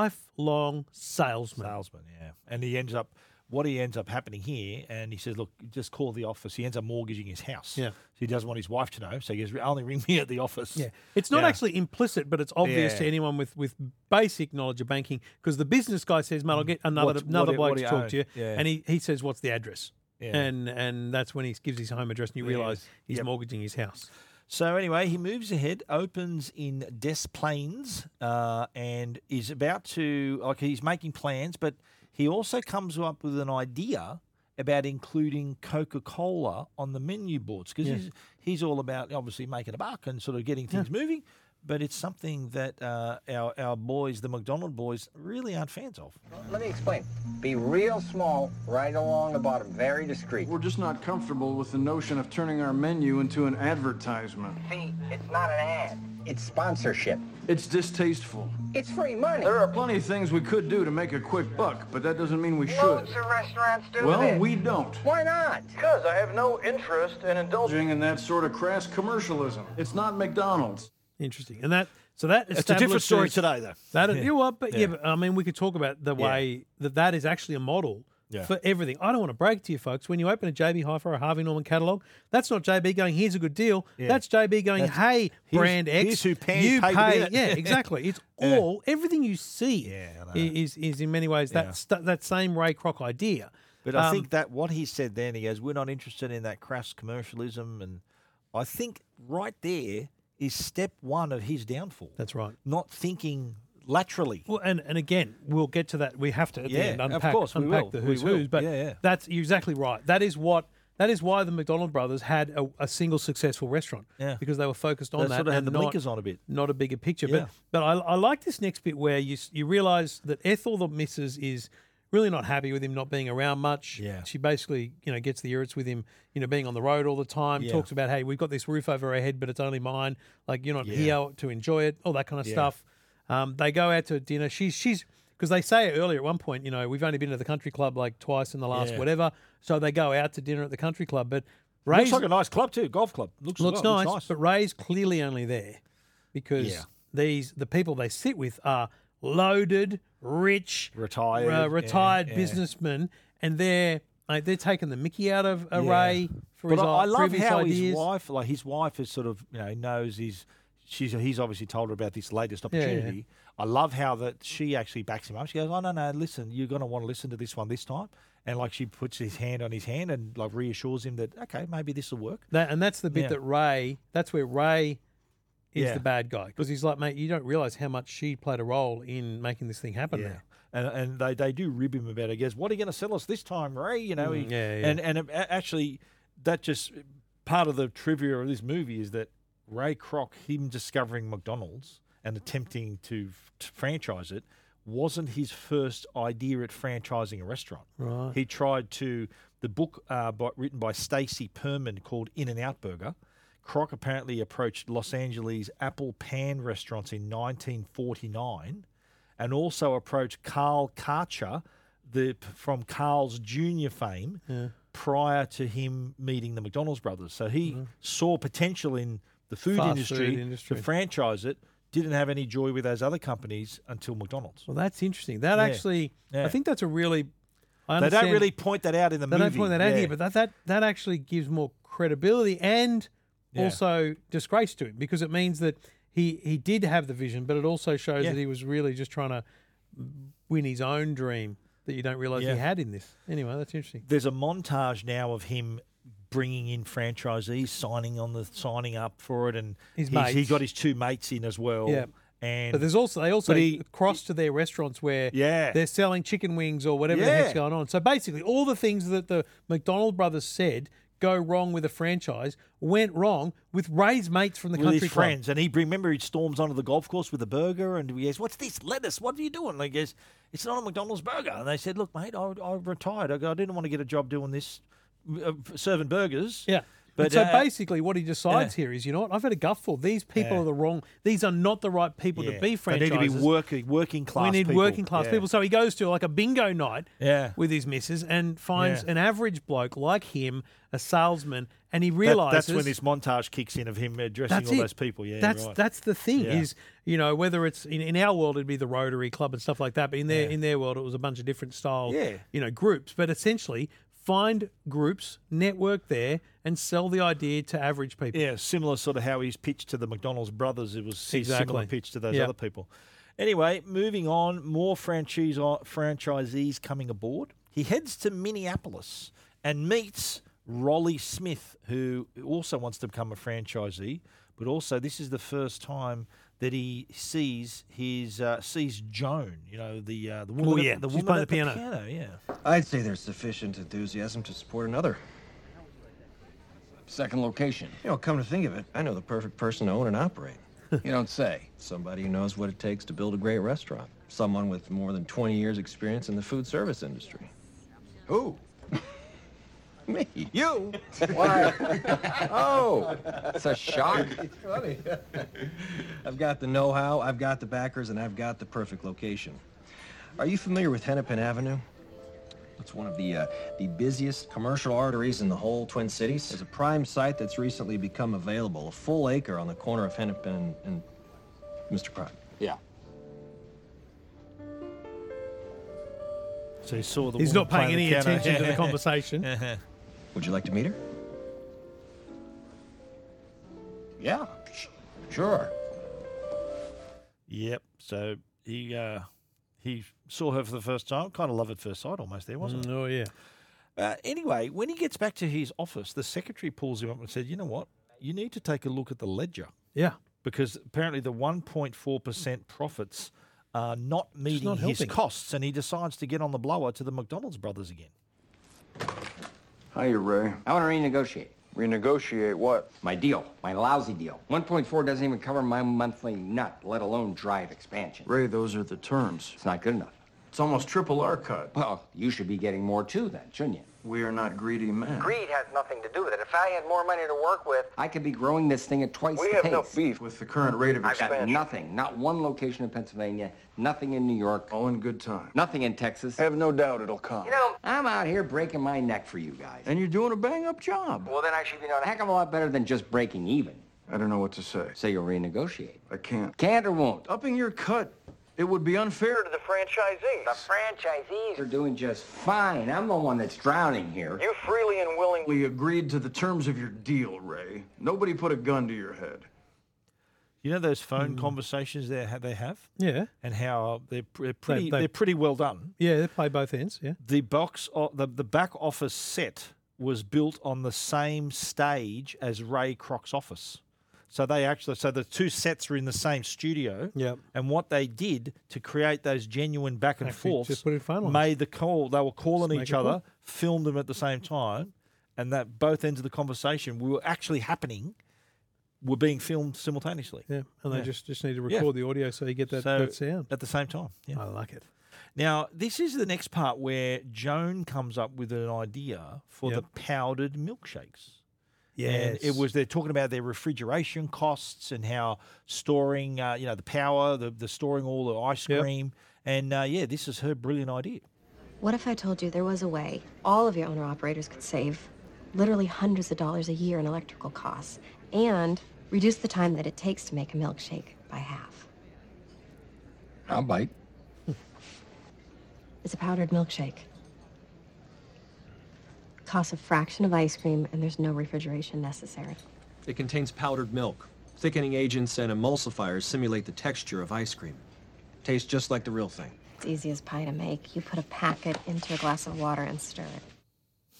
lifelong salesman.
Salesman, yeah. And he ends up, what he ends up happening here, and he says, look, just call the office. He ends up mortgaging his house.
Yeah.
So he doesn't want his wife to know. So he goes, only ring me at the office.
Yeah, it's not
Yeah.
actually implicit, but it's obvious to
Yeah.
anyone with, with basic knowledge of banking because the business guy says, "Mate, I'll get another
Mm. What's-
another
what-
bloke
what
to
he
talk
owns.
to you,"
Yeah.
and he, he says, "What's the address?"
Yeah.
And and that's when he gives his home address, and you
Yes.
realise he's
Yep.
mortgaging his house.
So anyway, he moves ahead, opens in Des Plaines, uh, and is about to like he's making plans, but he also comes up with an idea about including Coca Cola on the menu boards because
Yeah.
he's he's all about obviously making a buck and sort of getting things moving. But it's something that uh, our our boys, the McDonald boys, really aren't fans of.
Let me explain. Be real small, right along the bottom, very discreet.
We're just not comfortable with the notion of turning our menu into an advertisement.
See, it's not an ad. It's sponsorship.
It's distasteful.
It's free money.
There are plenty of things we could do to make a quick buck, but that doesn't mean we should.
Loads of restaurants do
Well,
this.
we don't.
Why not?
Because I have no interest in indulging in that sort of crass commercialism. It's not McDonald's.
Interesting, and that so that
It's a different story
establishes-
today, though.
That
Yeah.
you know what, but yeah.
Yeah.
but I mean, we could talk about the
Yeah.
way that that is actually a model.
Yeah.
For everything, I don't want to break to you folks. When you open a JB Hi-Fi or a Harvey Norman catalog, that's not JB going, "Here's a good deal."
Yeah.
That's JB going,
That's-
"Hey,
here's-
brand X,
here's who pay-
you
paid to do
pay."
that.
Yeah, exactly. It's
Yeah.
all everything you see i- is is in many ways that
Yeah.
stu- that same Ray Kroc idea.
But I
Um,
think that what he said then, he goes, "We're not interested in that crass commercialism," and I think right there is step one of his downfall.
That's right.
Not thinking laterally.
Well, and, and again, we'll get to that. We have to at
Yeah,
the end
of
unpack,
course, we
unpack
will.
the
We
who's
will.
who's. But
Yeah, yeah.
that's you're exactly right. That is what that is why the McDonald brothers had a, a single successful restaurant.
Yeah.
because they were focused on
They
that.
sort of had
and
the
not-
blinkers on a bit.
not a bigger picture.
Yeah.
But but I, I like this next bit where you s- you realise that Ethel the missus is really not happy with him not being around much.
Yeah.
She basically, you know, gets the irrits with him, you know, being on the road all the time,
Yeah.
talks about, hey, we've got this roof over our head, but it's only mine. Like you're not
Yeah.
here to enjoy it, all that kind of
Yeah.
stuff. Um, they go out to dinner. She's she's because they say earlier at one point, you know, we've only been to the country club like twice in the last
Yeah.
whatever. So they go out to dinner at the country club, but
Looks
Ray's
like a nice club too, golf club. Looks
looks,
lo-
nice, but Ray's clearly only there because
Yeah.
these the people they sit with are loaded, rich,
Retired,
uh,
yeah,
retired
yeah.
businessmen, and they're like, they're taking the Mickey out of uh,
Yeah.
Ray for
but
his
I, I love
previous
how
ideas.
his wife, like his wife, is sort of you know knows he's she's he's obviously told her about this latest
Yeah, yeah.
opportunity. I love how that she actually backs him up. She goes, "Oh no, no, listen, you're going to want to listen to this one this time." And like she puts his hand on his hand and like reassures him that okay, maybe this will work.
That, and that's the bit
Yeah.
that Ray. That's where Ray is
Yeah.
the bad guy because he's like, mate, you don't realize how much she played a role in making this thing happen.
Yeah.
There.
And, and they, they do rib him about it. He goes, What are you going to sell us this time, Ray? You know, he,
Mm, yeah, yeah.
And, and it- a- actually, that just part of the trivia of this movie is that Ray Kroc, him discovering McDonald's and attempting to, f- to franchise it, wasn't his first idea at franchising a restaurant.
Right.
He tried to, the book uh, by, written by Stacy Perman called In and Out Burger. Kroc apparently approached Los Angeles Apple Pan restaurants in 1949 and also approached Carl Karcher, the from Carl's Jr. fame, prior to him meeting the McDonald's brothers. So he saw potential in the food
Mm-hmm. Fast
industry,
food industry.
to franchise it. Didn't have any joy with those other companies until McDonald's.
Well, that's interesting. That
Yeah.
actually, I
Yeah.
think that's a really, I
they don't
understand-
really point that out in the
they
movie.
don't point that out
Yeah.
here, but that, that that actually gives more credibility and
Yeah.
also disgrace to him because it means that he he did have the vision, but it also shows
Yeah.
that he was really just trying to win his own dream that you don't realize
Yeah.
he had in this. Anyway, that's interesting.
There's a montage now of him bringing in franchisees, signing on the signing up for it, and
His
he's- he
mates.
got his two mates in as well.
Yeah.
and
but there's also they also
but he-
cross to their restaurants where
Yeah.
they're selling chicken wings or whatever the
Yeah.
heck's going on. So basically, all the things that the McDonald brothers said go wrong with a franchise went wrong with Ray's mates from the
with
country
his
club.
friends, and he remember he storms onto the golf course with a burger, and he goes, "What's this lettuce? What are you doing?" And he goes, "It's not a McDonald's burger." And they said, "Look, mate, I, I retired. I, go, I didn't want to get a job doing this, uh, serving burgers."
Yeah. But
but
so
uh,
basically, what he decides
yeah.
here is, you know what? I've had a gutful. These people
Yeah.
are the wrong. These are not the right people
yeah,
to be
they need
franchises.
to be working working class.
we need
people.
working class
Yeah.
people. So he goes to like a bingo night
Yeah.
with his missus and finds
Yeah.
an average bloke like him, a salesman, and he
That-
realizes
that's when this montage kicks in of him addressing
that's
all
it.
those people. Yeah,
that's
right.
that's the thing
Yeah.
is you know whether it's in, in our world it'd be the Rotary Club and stuff like that, but in their in their world it was a bunch of different style
Yeah.
you know groups. But essentially, find groups, network there, and sell the idea to average people.
Yeah, similar sort of how he's pitched to the McDonald's brothers. It was a similar
Exactly.
pitch to those
Yeah.
other people. Anyway, moving on, more franchise franchisees coming aboard. He heads to Minneapolis and meets Rolly Smith, who also wants to become a franchisee. But also, this is the first time that he sees his uh, sees Joan. You know, the uh, the woman.
Oh,
at-
yeah.
the
She's
woman
playing
at
the piano.
Yeah.
I'd say there's sufficient enthusiasm to support another.
Second location.
You know, come to think of it, I know the perfect person to own and operate.
You don't say.
Somebody who knows what it takes to build a great restaurant. Someone with more than 20 years' experience in the food service industry. Who? Me. You? Why? oh, it's a shock.
It's funny.
I've got the know-how, I've got the backers, and I've got the perfect location. Are you familiar with Hennepin Avenue? It's one of the uh, the busiest commercial arteries in the whole Twin Cities. It's a prime site that's recently become available, a full acre on the corner of Hennepin and, and Mr. Pratt.
Yeah.
So he saw the.
He's
woman
not paying
playing
any
the piano.
attention to the conversation.
Would you like to meet her?
Yeah. sh- Sure.
Yep. So he uh, he saw her for the first time. Kind of love at first sight, almost there, wasn't
Mm, oh yeah.
it? Uh, anyway, when he gets back to his office, the secretary pulls him up and said, "You know what? You need to take a look at the ledger
Yeah.
because apparently the 1.4 percent profits are not meeting
not
his
helping.
costs, and he decides to get on the blower to the McDonald's brothers again."
Hiya, Ray.
I want to renegotiate.
Renegotiate what?
My deal. My lousy deal. 1.4 doesn't even cover my monthly nut, let alone drive expansion.
Ray, those are the terms.
It's not good enough.
It's almost triple our cut.
Well, you should be getting more too, then, shouldn't you?
We are not greedy men.
Greed has nothing to do with it. If I had more money to work with,
I could be growing this thing at twice the pace.
beef with the current rate of
I've got
expansion.
nothing. Not one location in Pennsylvania. Nothing in New York.
All in good time.
Nothing in Texas.
Oh. I have no doubt it'll come.
You know, I'm out here breaking my neck for you guys.
And you're doing a bang-up job.
well, then I should be known.
A heck of a lot better than just breaking even.
I don't know what to say.
So you'll renegotiate.
I can't.
Can't or won't.
Upping your cut, it would be unfair to the
franchisees. The franchisees.
You're doing just fine. I'm the one that's drowning here.
You freely and willingly.
We agreed to the terms of your deal, Ray. Nobody put a gun to your head.
You know those phone conversations they ha- they have,
Yeah.
and how they're, pr- they're pretty
they-
they're pretty well done.
Yeah. They play both ends. Yeah.
the box o- the, the back office set was built on the same stage as Ray Kroc's office. So they actually so the two sets are in the same studio.
Yep.
And what they did to create those genuine back and
Actually,
forths
just put it in phone lines.
made the call they were calling
Just make
each
a call.
other, filmed them at the same time, and that both ends of the conversation were actually happening were being filmed simultaneously.
Yeah. And they
Yeah.
just just need to
Yeah.
record the audio so you get that,
So,
that sound.
at the same time. Yeah.
I like it.
Now, this is the next part where Joan comes up with an idea for
Yep.
the powdered milkshakes. And it was they're talking about their refrigeration costs and how storing, uh, you know, the power, the, the storing all the ice
Yep.
cream, and uh, yeah, this is her brilliant idea.
What if I told you there was a way all of your owner operators could save literally hundreds of dollars a year in electrical costs and reduce the time that it takes to make a milkshake by half?
I'll bite.
It's a powdered milkshake. costs a fraction of ice cream, and there's no refrigeration necessary.
It contains powdered milk. Thickening agents and emulsifiers simulate the texture of ice cream. Tastes just like the real thing.
It's easy as pie to make. You put a packet into a glass of water and stir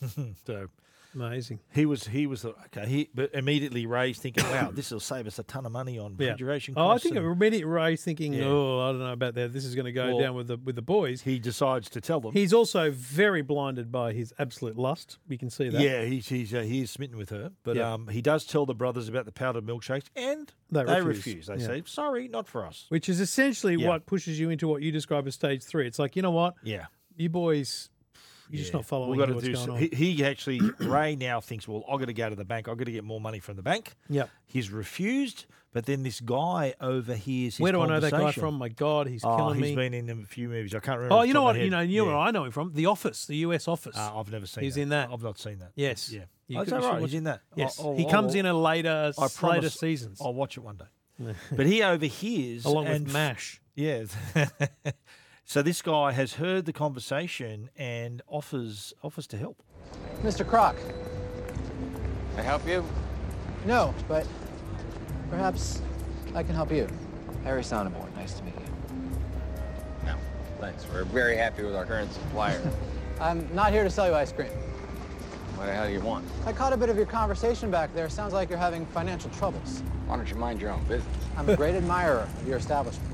it.
so amazing.
He was he was the, okay. He but immediately Ray's thinking, wow, this will save us a ton of money on
Yeah.
refrigeration.
Oh, I
costs
think
and-
immediately Ray's thinking,
Yeah.
oh, I don't know about that. This is going to go
Well,
down with the with the boys.
He decides to tell them.
He's also very blinded by his absolute lust. We can see that.
Yeah, he's he's uh, he is smitten with her, but
Yeah.
um, he does tell the brothers about the powdered milkshakes, and
They
they, refuse.
refuse.
They
Yeah.
say, "Sorry, not for us."
Which is essentially
Yeah.
what pushes you into what you describe as stage three. It's like, you know what?
Yeah.
You boys, you're just
Yeah.
not following
We've got to
what's
do
going
so-
on.
He, he actually Ray now thinks, well, I've got to go to the bank. I've got to get more money from the bank.
Yep.
He's refused, but then this guy overhears. His
Where do I know that guy
conversation.
from? My God, he's
Oh,
killing
he's
me.
been in a few movies. I can't remember.
Oh,
off the
you
top
know
of my
what? You
head.
know, you know
Yeah.
where I know him from? The Office, the U.S. Office.
Uh, I've never seen.
He's
that.
in that.
I've not seen that.
Yes.
Yeah.
You
Oh,
could-
is that
you should
right?
watch
He's
it.
in that. Oh,
Yes.
I'll-
He
I'll-
comes
I'll-
in a later-
I
later
promise
seasons.
I'll watch it one day. but he overhears
Along with
and f-
MASH.
Yes. so this guy has heard the conversation and offers offers to help.
Mr. Croc.
Can I help you?
No, but perhaps I can help you. Harry Sonneborn, nice to meet you.
Thanks. We're very happy with our current supplier.
I'm not here to sell you ice cream.
what the hell do you want?
I caught a bit of your conversation back there. Sounds like you're having financial troubles.
Why don't you mind your own business?
I'm a great admirer of your establishment.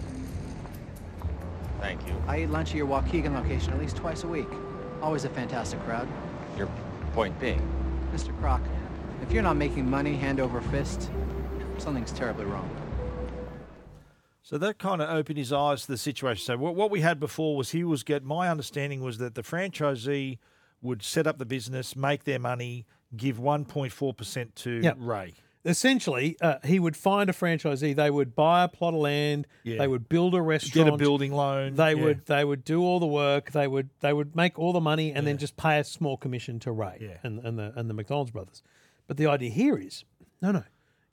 Thank you.
I eat lunch at your Waukegan location at least twice a week. Always a fantastic crowd.
Your point being,
Mr. Croc, if you're not making money hand over fist, something's terribly wrong.
So that kind of opened his eyes to the situation. So what, what we had before was he was get my understanding was that the franchisee would set up the business, make their money, give 1.4% to
Yep.
Ray.
Essentially, uh, he would find a franchisee. They would buy a plot of land.
Yeah.
They would build a restaurant.
building loan,
They
yeah.
would they would do all the work. They would they would make all the money and then just pay a small commission to Ray and, and the and the McDonald's brothers. But the idea here is no no,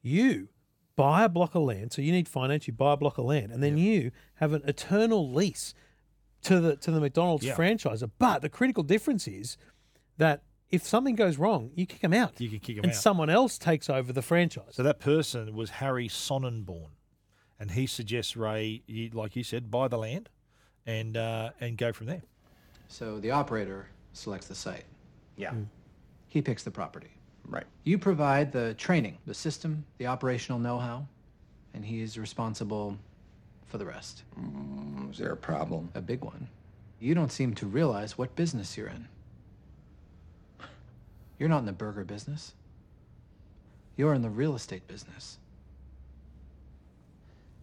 you buy a block of land. So you need finance. You buy a block of land and then you have an eternal lease to the to the McDonald's
Yeah.
franchiser. But the critical difference is that if something goes wrong, you kick them out.
You can kick 'em
and
out.
someone else takes over the franchise.
So that person was Harry Sonnenborn, and he suggests Ray, you- like you said, buy the land, and uh, and go from there.
So the operator selects the site.
Yeah.
He picks the property.
Right.
You provide the training, the system, the operational know how, and he's responsible for the rest.
Mm, Is there a problem?
A big one. You don't seem to realize what business you're in. You're not in the burger business, you're in the real estate business.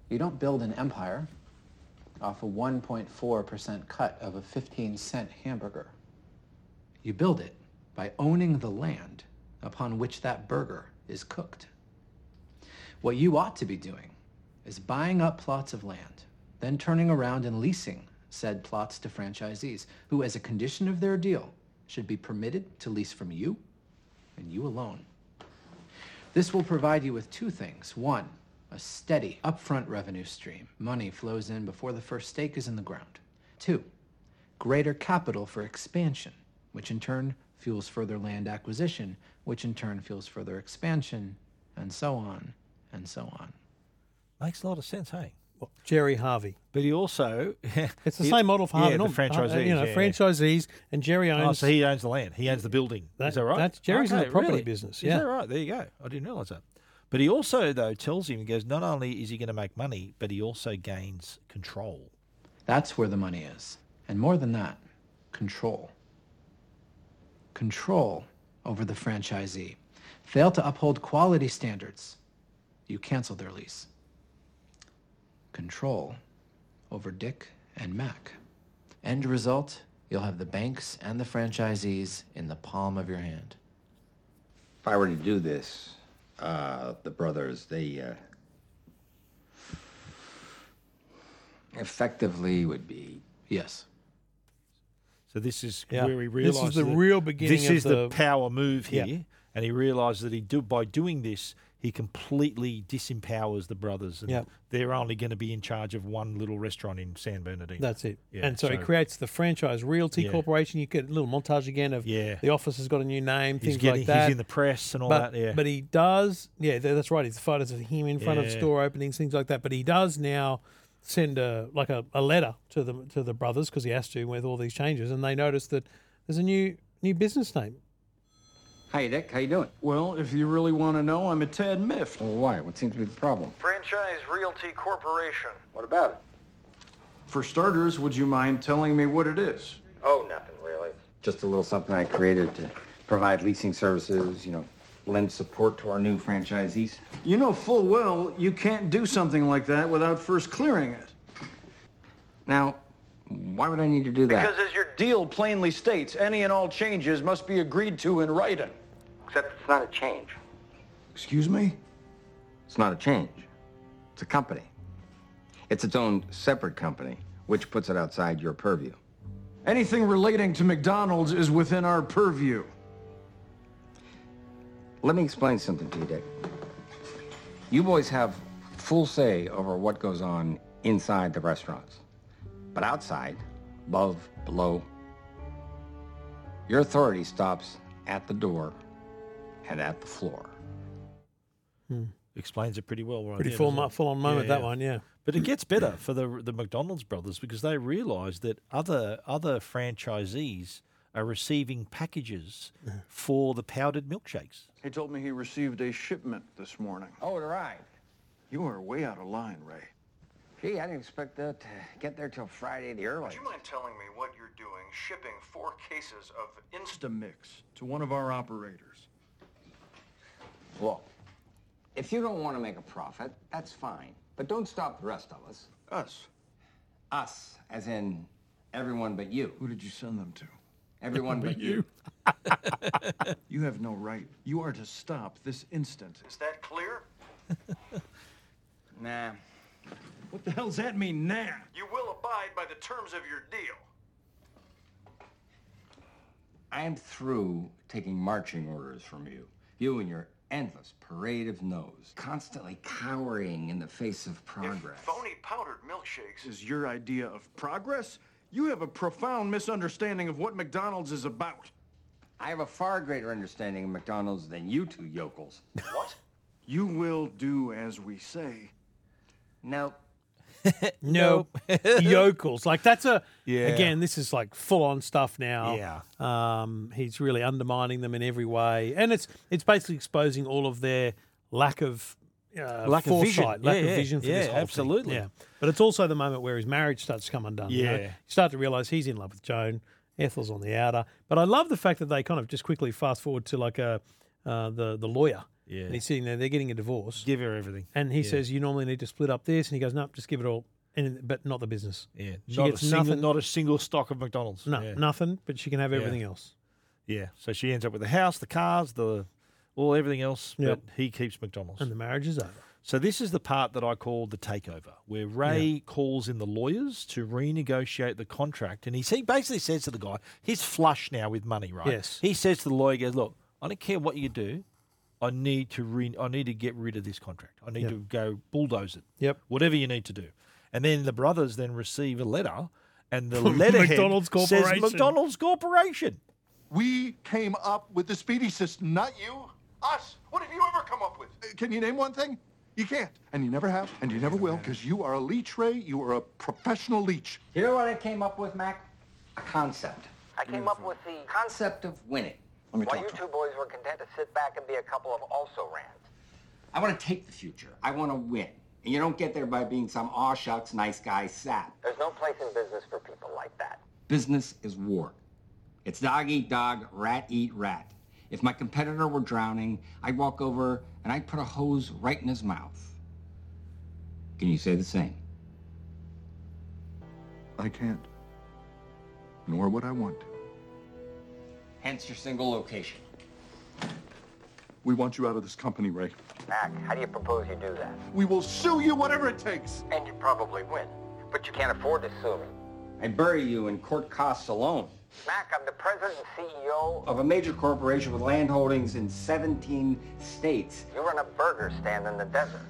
You don't build an empire off a 1.4% cut of a 15 cent hamburger. You build it by owning the land upon which that burger is cooked. What you ought to be doing is buying up plots of land, then turning around and leasing said plots to franchisees, who, as a condition of their deal, should be permitted to lease from you and you alone. This will provide you with two things. One, a steady upfront revenue stream. Money flows in before the first stake is in the ground. Two, greater capital for expansion, which in turn fuels further land acquisition, which in turn fuels further expansion, and so on and so on.
Makes a lot of sense, hey.
Jerry Harvey.
But he also
It's the same model for Harvey
yeah, the
Norman. Uh,
franchisees,
you know,
yeah.
franchisees and Jerry owns.
Oh, so he owns the land. He owns the building.
That-
Is that right?
that's- Jerry's in the property business, yeah.
Is that right? There you go. I didn't realise that. But he also, though, tells him, he goes, not only is he going to make money, but he also gains control.
That's where the money is. And more than that, control. Control over the franchisee. Fail to uphold quality standards, you cancel their lease. Control over Dick and Mac. End result, you'll have the banks and the franchisees in the palm of your hand.
If I were to do this, uh, the brothers, they uh, effectively would be.
Yes.
So this is
Yeah.
where he
This is
realises
the
that
real beginning
This
of
is the,
the-
power move
Yeah.
here, and he realizes that he do by doing this he completely disempowers the brothers, and
Yep.
they're only going to be in charge of one little restaurant in San Bernardino.
That's it.
Yeah,
and so, he creates the franchise realty
Yeah.
corporation. You get a little montage again of
Yeah.
the office has got a new name,
He's
things
getting-
like that.
he's in the press and all
But-
that, yeah.
But he does, yeah, tha- that's right. He's the photos of him in front of
Yeah.
store openings, things like that. But he does now send a like a, a letter to the to the brothers because he has to with all these changes, and they notice that there's a new new business name.
Hey, Dick, how you doing?
Well, if you really want to know, I'm a tad miffed.
Well, why? What seems to be the problem?
Franchise Realty Corporation.
What about it?
For starters, would you mind telling me what it is?
Oh, nothing really. Just a little something I created to provide leasing services, you know, lend support to our new franchisees.
You know full well you can't do something like that without first clearing it.
Now, why would I need to do that?
Because as your deal plainly states, any and all changes must be agreed to in writing.
Except it's not a change.
Excuse me?
It's not a change. It's a company. It's its own separate company, which puts it outside your purview.
Anything relating to McDonald's is within our purview.
Let me explain something to you, Dick. You boys have full say over what goes on inside the restaurants. But outside, above, below, your authority stops at the door and at the floor.
explains it pretty well. Right
Pretty
there,
full
doesn't
mo-
it?
full-on moment, that one, yeah.
But it gets better for the the McDonald's brothers because they realise that other other franchisees are receiving packages
Uh-huh.
for the powdered milkshakes.
He told me he received a shipment this morning.
Oh, it arrived.
You are way out of line, Ray.
Gee, I didn't expect that to get there till Friday the
Would
early.
you mind telling me what you're doing shipping four cases of instant.
Instamix to one of our operators.
Look, if you don't want to make a profit, that's fine. But don't stop the rest of us.
Us.
Us, as in everyone but you.
Who did you send them to?
Everyone but you.
You have no right. You are to stop this instant.
Is that clear?
Nah.
What the hell's that mean now?
You will abide by the terms of your deal.
I am through taking marching orders from you. You and your endless parade of no's, constantly cowering in the face of progress.
Phony powdered milkshakes.
Is your idea of progress? You have a profound misunderstanding of what McDonald's is about.
I have a far greater understanding of McDonald's than you two yokels.
What?
You will do as we say.
Now,
No yokels. Like that's a
Yeah.
again, this is like full on stuff now.
Yeah.
Um he's really undermining them in every way. And it's it's basically exposing all of their lack of uh,
Lack of vision.
foresight, lack
Yeah,
of
yeah.
vision for
Yeah,
this whole
absolutely.
Thing. Yeah. But it's also the moment where his marriage starts to come undone. You, know?
Yeah.
you start to realise he's in love with Joan. Ethel's on the outer. But I love the fact that they kind of just quickly fast forward to like a uh, the the lawyer.
Yeah.
And he's sitting there, they're getting a divorce.
Give her everything.
And he
Yeah.
says, You normally need to split up this and he goes, No, just give it all. And but not the business.
Yeah,
She
not
gets
a single,
nothing.
not a single stock of McDonald's.
no,
Yeah.
nothing, but she can have
Yeah.
everything else.
Yeah, so she ends up with the house, the cars, the all everything else,
Yep.
but he keeps McDonald's.
And the marriage is over.
So this is the part that I call the takeover, where Ray calls in the lawyers to renegotiate the contract, and he he basically says to the guy, he's flush now with money, right?
Yes.
He says to the lawyer, he goes, look, I don't care what you do, I need to re- I need to get rid of this contract. I need
Yep.
to go bulldoze it.
Yep.
Whatever you need to do, and then the brothers then receive a letter, and the letterhead
McDonald's
says
Corporation.
McDonald's Corporation.
We came up with the speedy system, not you. Us. What have you ever come up with? Uh, Can you name one thing? You can't. And you never have, and you never will, because you are a leech, Ray. You are a professional leech.
You know what I came up with, Mac? A concept. I came up with the concept of winning.
Let me
While
talk
you
to
two boys were content to sit back and be a couple of also rans. I want to take the future. I want to win. And you don't get there by being some aw shucks nice guy sap.
There's no place in business for people like that.
Business is war. It's dog eat dog, rat eat rat. If my competitor were drowning, I'd walk over and I'd put a hose right in his mouth. Can you say the same?
I can't. Nor would I want to.
Hence your single location.
We want you out of this company, Ray.
Mac, how do you propose you do that?
We will sue you whatever it takes.
And you probably win. But you can't afford to sue me.
I bury you in court costs alone.
Mac, I'm the president and
E
CEO.
Of a major corporation with land holdings in 17 states.
You run a burger stand in the desert.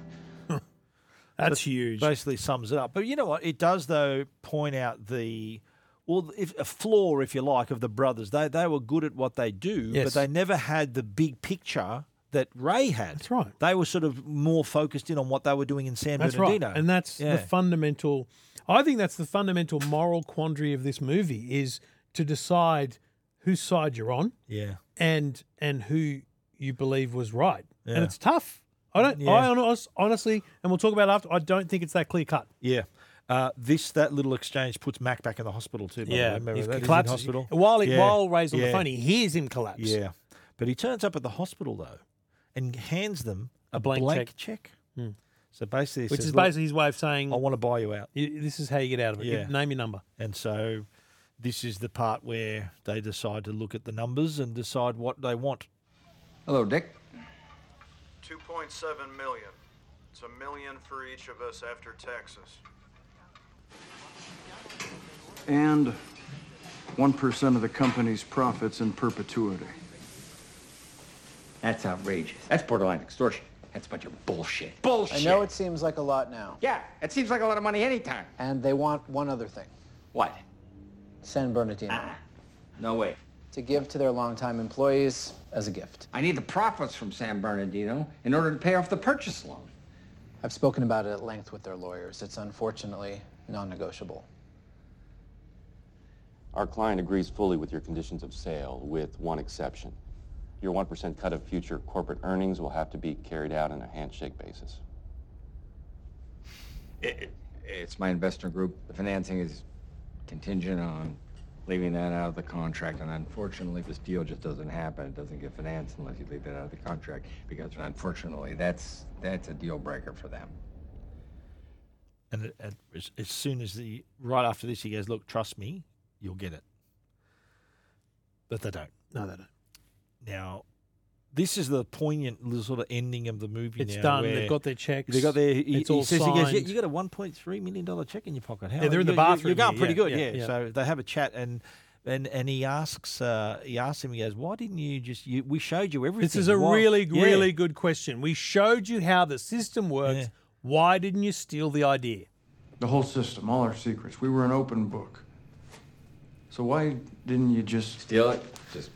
That's huge.
Basically sums it up. But you know what? It does though point out the well, if, a flaw, if you like, of the brothers. They they were good at what they do,
Yes.
but they never had the big picture that Ray had. That's
right.
They were sort of more focused in on what they were doing in San
That's right.
Bernardino.
And that's
Yeah.
the fundamental. I think that's the fundamental moral quandary of this movie is to decide whose side you're on.
Yeah.
And and who you believe was right.
Yeah.
And it's tough. I don't.
Yeah.
I honest, honestly, and we'll talk about it after. I don't think it's that clear cut.
Yeah. Uh, this that little exchange puts Mac back in the hospital too. By
Yeah,
the way. Remember
he's
that? He's in
collapses.
hospital
While he- while Ray's on the phone, he
hears
him collapse.
Yeah, but he turns up at the hospital though, and hands them a, blank, check.
Hmm.
So basically, he
Which
says,
is
"Look,
basically his way of saying,
I want to buy you out.
"You- this is how you get out of it. You-
Yeah.
Name your number.
And so this is the part where they decide to look at the numbers and decide what they want.
Hello, Dick.
2.7 million. It's a million for each of us after taxes.
and 1% of the company's profits in perpetuity.
That's outrageous. That's borderline extortion. That's a bunch of bullshit. Bullshit.
I know it seems like a lot now.
Yeah, it seems like a lot of money anytime.
And they want one other thing
What?
San Bernardino.
No way.
To give to their longtime employees as a gift.
I need the profits from San Bernardino in order to pay off the purchase loan.
I've spoken about it at length with their lawyers. It's unfortunately non negotiable.
Our client agrees fully with your conditions of sale, with one exception. Your 1% cut of future corporate earnings will have to be carried out on a handshake basis.
It's my investor group. The financing is contingent on leaving that out of the contract. And unfortunately, this deal just doesn't happen. It doesn't get financed unless you leave that out of the contract. Because unfortunately, that's that's a deal breaker for them.
And it, and as, as soon as the right after this, he goes, "Look, trust me, you'll get it." But they don't.
No, they don't.
Now, this is the poignant little sort of ending of the movie.
It's
now
done.
where
They've got their checks.
They got their. He,
It's
he
all
says he goes, yeah,
signed."
"You got a one point three million dollar check in your pocket." How
Yeah, they're in the
you- you-
bathroom
You're going
here,
pretty
yeah,
good, yeah,
yeah, yeah.
So they have a chat and. And, and he asks uh, he asks him he goes why didn't you just you, we showed you everything
This is a
Why-"
really,
Yeah.
really good question. We showed you how the system works. Why didn't you steal the idea?
The whole system, all our secrets. We were an open book. So why didn't you just
Steal it. Just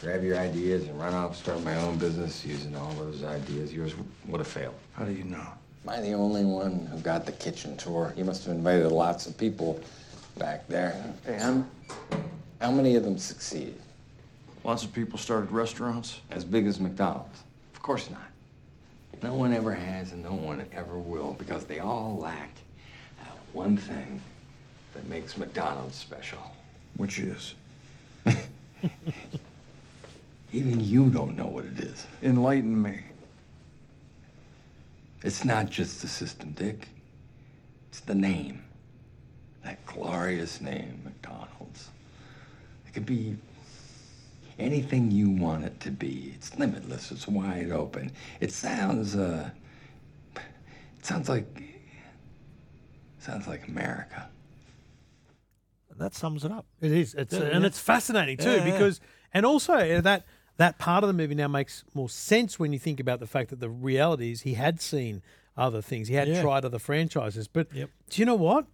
grab your ideas and run off, start my own business using all those ideas. Yours would have failed.
How do you know?
Am I the only one who got the kitchen tour? You must have invited lots of people back there. And how many of them succeeded?
Lots of people started restaurants.
As big as McDonald's. Of course not. No one ever has and no one ever will because they all lack that one thing that makes McDonald's special.
Which is?
Even you don't know what it is.
Enlighten me.
It's not just the system, Dick. It's the name. That glorious name, McDonald's. It could be anything you want it to be. It's limitless, it's wide open. It sounds, uh, it sounds like, sounds like America.
that sums it up
It is, it's,
Yeah,
and
yeah.
it's fascinating too
Yeah, yeah.
because, and also uh, that that part of the movie now makes more sense when you think about the fact that the reality is he had seen other things, he had
Yeah.
tried other franchises. But
Yep.
do you know what?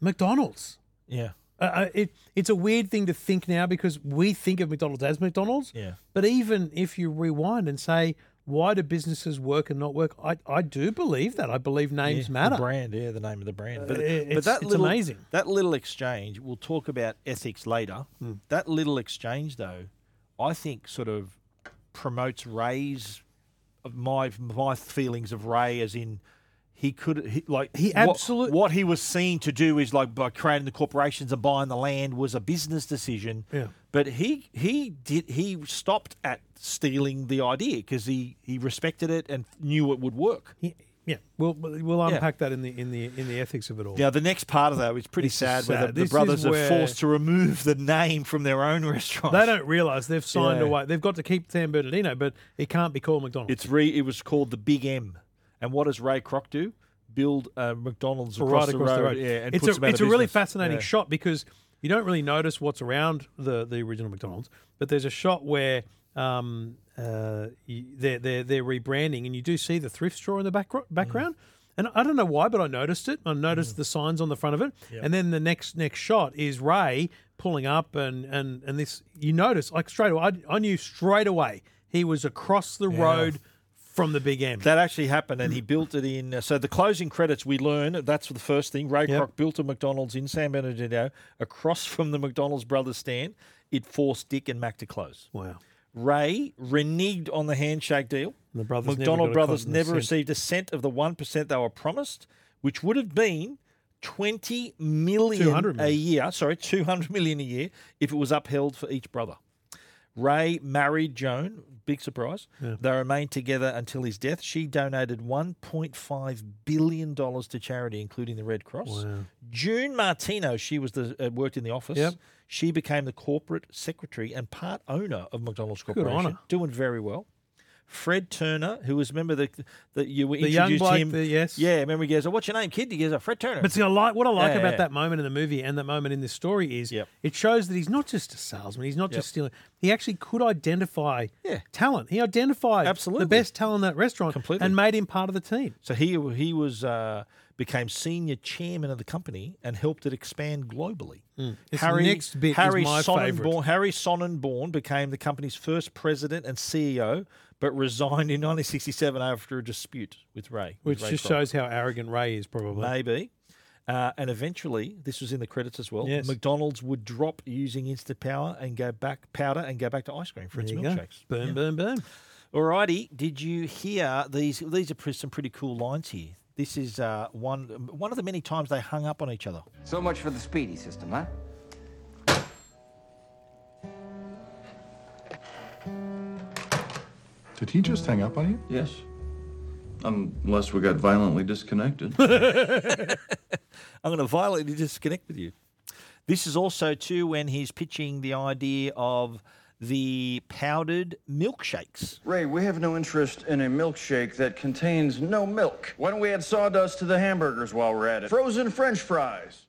McDonald's.
yeah
Uh, Uh, it it's a weird thing to think now because we think of McDonald's as McDonald's.
Yeah.
But even if you rewind and say, why do businesses work and not work? I, I do believe that. I believe names
Yeah,
matter.
The brand, yeah, the name of the brand. But,
Uh,
but
it's-
that
it's
little,
amazing.
That little exchange, we'll talk about ethics later.
Mm.
That little exchange, though, I think sort of promotes Ray's of my my feelings of Ray as in. He could he, like
He
what-
absolute-
what, he was seen to do is like by creating the corporations and buying the land was a business decision.
Yeah.
But he he did he stopped at stealing the idea because he he respected it and knew it would work.
Yeah. We'll we'll
Yeah.
unpack that in the in the in the ethics of it all.
Now, the next part of that was pretty
This is
sad, where the,
sad.
the
This is
brothers are
where-
forced to remove the name from their own restaurant.
They don't realise they've signed
Yeah.
away. They've got to keep San Bernardino, but it can't be called McDonald's.
It's re. It was called the Big M. And what does Ray Kroc do? Build uh, McDonald's across,
right
the, road, Yeah, and
it's
puts
a
them out
it's
of
a really
business.
fascinating
Yeah.
shot because You don't really notice what's around the the original McDonald's, but there's a shot where um, uh, y- they're they're they're rebranding, and you do see the thrift store in the backgr- background.
Mm.
And I don't know why, but I noticed it. I noticed the signs on the front of it,
Yep.
and then the next next shot is Ray pulling up, and and and this you notice like straight away. I, I knew straight away he was across the
Yeah.
road from the Big M.
That actually happened, and he built it in. uh, So the closing credits, we learn that's the first thing. Ray
Yep.
Kroc built a McDonald's in San Bernardino across from the McDonald's brothers stand. It forced Dick and Mac to close.
Wow.
Ray reneged on the handshake deal.
The brothers never
McDonald
got a
brothers
cotton
never
cent.
received a cent of the one percent they were promised, which would have been twenty million,
200
a
million.
year. Sorry, two hundred million a year if it was upheld for each brother. Ray married Joan. Big surprise.
Yeah.
They remained together until his death. She donated $1.5 billion to charity, including the Red Cross.
Wow.
June Martino, she was the uh, worked in the office.
Yep.
She became the corporate secretary and part owner of McDonald's
on
Corporation,
her.
doing very well. Fred Turner, who was remember the that you were
The young
introduced
bloke,
him.
the- yes.
yeah. Remember, he goes, "Oh, what's your name, kid?" He goes, "Oh, Fred Turner."
But see, I like what I like
Yeah,
about
yeah.
that moment in the movie and that moment in this story is it shows that he's not just a salesman. He's not
Yep.
just stealing. He actually could identify talent. He identified absolutely the best talent in that restaurant completely and made him part of the team.
So he he was uh, became senior chairman of the company and helped it expand globally.
Mm. This next bit is my favourite.
Harry Sonnenborn became the company's first president and CEO, but resigned in 1967 after a dispute with Ray, with
Which
Ray
just
Kroc.
shows how arrogant Ray is, probably.
maybe. Uh, and eventually, this was in the credits as well.
Yes.
McDonald's would drop using Instant Power and go back powder and go back to ice cream for its
There you go.
milkshakes.
Boom, boom, boom.
Alrighty, did you hear these? These are pre- some pretty cool lines here. This is uh, one one of the many times they hung up on each other.
So much for the speedy system, huh?
Did he just hang up on you?
Yes. Um, Unless we got violently disconnected.
I'm going to violently disconnect with you. This is also too when he's pitching the idea of the powdered milkshakes.
Ray, we have no interest in a milkshake that contains no milk. Why don't we add sawdust to the hamburgers while we're at it? Frozen French fries.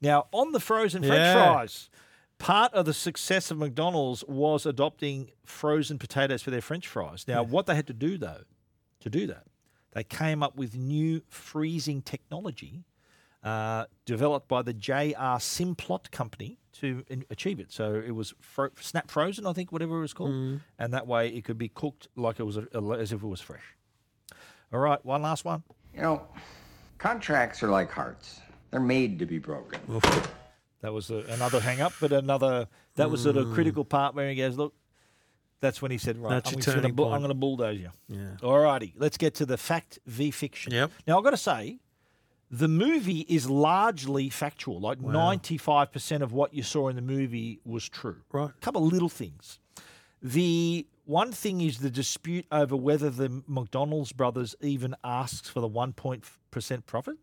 Now, on the frozen
Yeah.
French fries, part of the success of McDonald's was adopting frozen potatoes for their French fries. Now, what they had to do though, to do that, they came up with new freezing technology uh, developed by the J.R. Simplot Company to in- achieve it. So it was fro- snap frozen, I think, whatever it was called,
Mm.
and that way it could be cooked like it was a, as if it was fresh. All right, one last one.
You know, contracts are like hearts. They're made to be broken.
That was a, another hang up, but another that was at a
Mm.
critical part where he goes, "Look, that's when he said, right,
That's
I'm
your
just gonna
turning
bu- I'm
point.
going to bulldoze you."
Yeah.
All righty, let's get to the fact v fiction. Yep. Now I've got to say, the movie is largely factual. Like
Wow.
ninety five percent of what you saw in the movie was true. Right. A couple of little things. The one thing is the dispute over whether the McDonald's brothers even asked for the one point percent profit.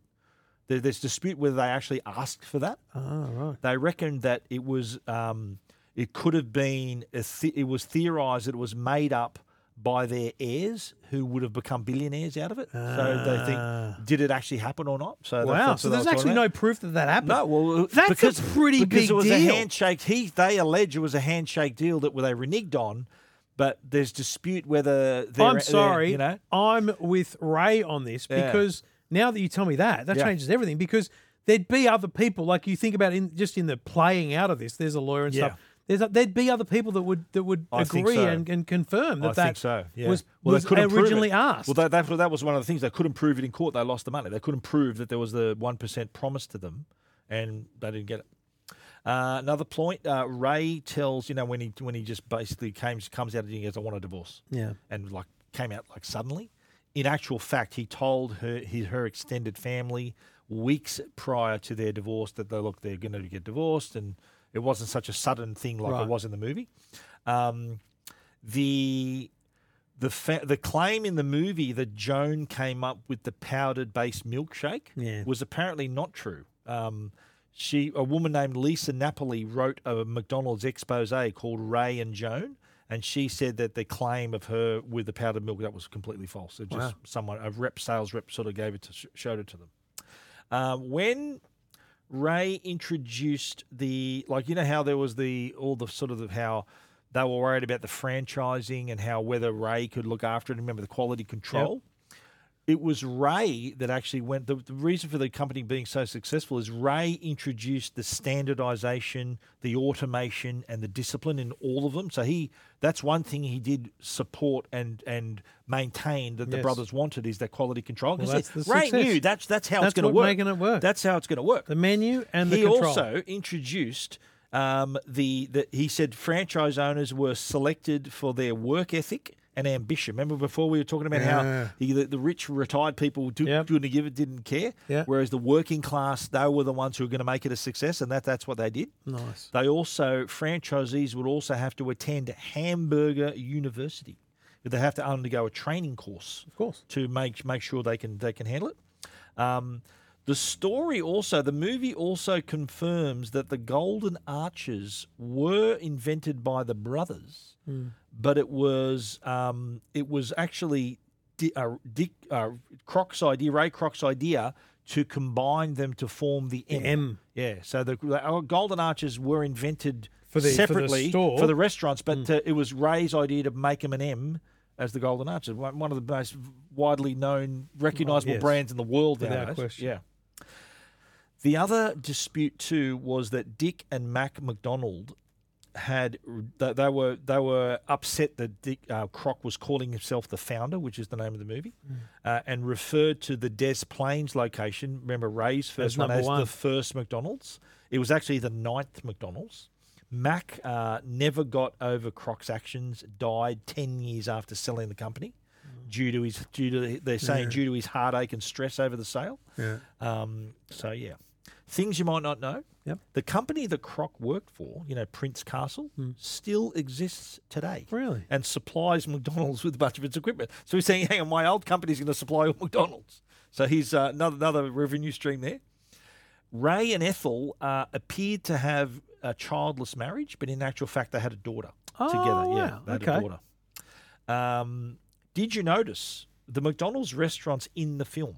There- There's dispute whether they actually asked for that.
Oh, right.
They reckoned that it was um, it could have been a the- it was theorized that it was made up by their heirs who would have become billionaires out of it. so they
Ah.
think did it actually happen or not? So that-
wow.
that's
So
what they
there's
were
actually
talking
no
about.
proof that that happened.
No, well, it-
that's
because,
a pretty
because
big
it was
deal.
a handshake. He they allege it was a handshake deal that they reneged on, but there's dispute whether they're,
I'm
they're-
sorry.
you know,
I'm with Ray on this
Yeah.
because now that you tell me that, that
Yeah.
changes everything because there'd be other people like you think about in just in the playing out of this. There's a lawyer and
Yeah.
stuff. There's a, there'd be other people that would that would
I think
agree
so.
and, and confirm that
I
that
think so. Yeah.
was,
well, they
was
couldn't prove it.
originally asked.
Well, that, that that was one of the things they couldn't prove it in court. They lost the money. They couldn't prove that there was the one percent promised to them, and they didn't get it. Uh, another point. Uh, Ray tells you know when he when he just basically came comes out and he goes, "I want a divorce."
Yeah.
and like came out like suddenly. In actual fact, he told her his, her extended family weeks prior to their divorce that they look they're going to get divorced, and it wasn't such a sudden thing like
Right.
it was in the movie. Um, the the fa- the claim in the movie that Joan came up with the powdered based milkshake
Yeah.
was apparently not true. Um, she a woman named Lisa Napoli wrote a McDonald's expose called Ray and Joan, and she said that the claim of her with the powdered milk that was completely false. It just
Wow.
someone a rep sales rep sort of gave it to showed it to them. Um, Uh, when Ray introduced the like you know how there was the all the sort of the, how they were worried about the franchising and how whether Ray could look after it. Remember the quality control. It was Ray that actually went. The, the reason for the company being so successful is Ray introduced the standardization, the automation, and the discipline in all of them. So he that's one thing he did support and and maintain that the
Yes.
brothers wanted is that quality control.
Well,
'Cause
that's the
Ray
success.
knew that's that's how
That's
it's going to
what
work.
making it work.
That's how it's going to work. The
menu and the
he
control.
also introduced um, the, the he said franchise owners were selected for their work ethic and ambition. Remember before we were talking about
Yeah.
how the, the, the rich retired people do, didn't give it, didn't care.
Yeah.
Whereas the working class, they were the ones who were going to make it a success, and that that's what they did.
Nice.
They also franchisees would also have to attend Hamburger University. They have to undergo a training course, of
course,
to make make sure they can they can handle it. Um, the story also, the movie also confirms that the golden arches were invented by the brothers,
Mm.
but it was um, it was actually Di- uh, Dick uh, Croc's idea, Ray Croc's idea to combine them to form the M.
M.
Yeah, so the, the our golden arches were invented
For the- for the
separately
store.
for the restaurants, but
Mm.
uh, it was Ray's idea to make them an M as the golden arches, one one of the most widely known, recognizable
yes.
brands in the world
Without
nowadays.
question.
Yeah. The other dispute too was that Dick and Mac McDonald had they, they were they were upset that Dick uh, Croc was calling himself the founder, which is the name of the movie,
Mm.
uh, and referred to the Des Plaines location. Remember Ray's first one
number
as
one.
the first McDonald's. It was actually the ninth McDonald's. Mac uh, never got over Croc's actions. Died ten years after selling the company, due to his due to they're saying
Hmm. Yeah.
due to his heartache and stress over the sale.
Yeah.
Um, so yeah, things you might not know.
Uh, Yep.
The company that Croc worked for, you know, Prince Castle, still exists today.
Really?
And supplies McDonald's with a bunch of its equipment. So he's saying, hang on, my old company's going to supply all McDonald's. So he's uh, another another revenue stream there. Ray and Ethel uh, appeared to have a childless marriage, but in actual fact, they had a daughter together.
Oh,
Yeah,
wow.
they had a
Okay.
daughter. Um, did you notice the McDonald's restaurants in the film?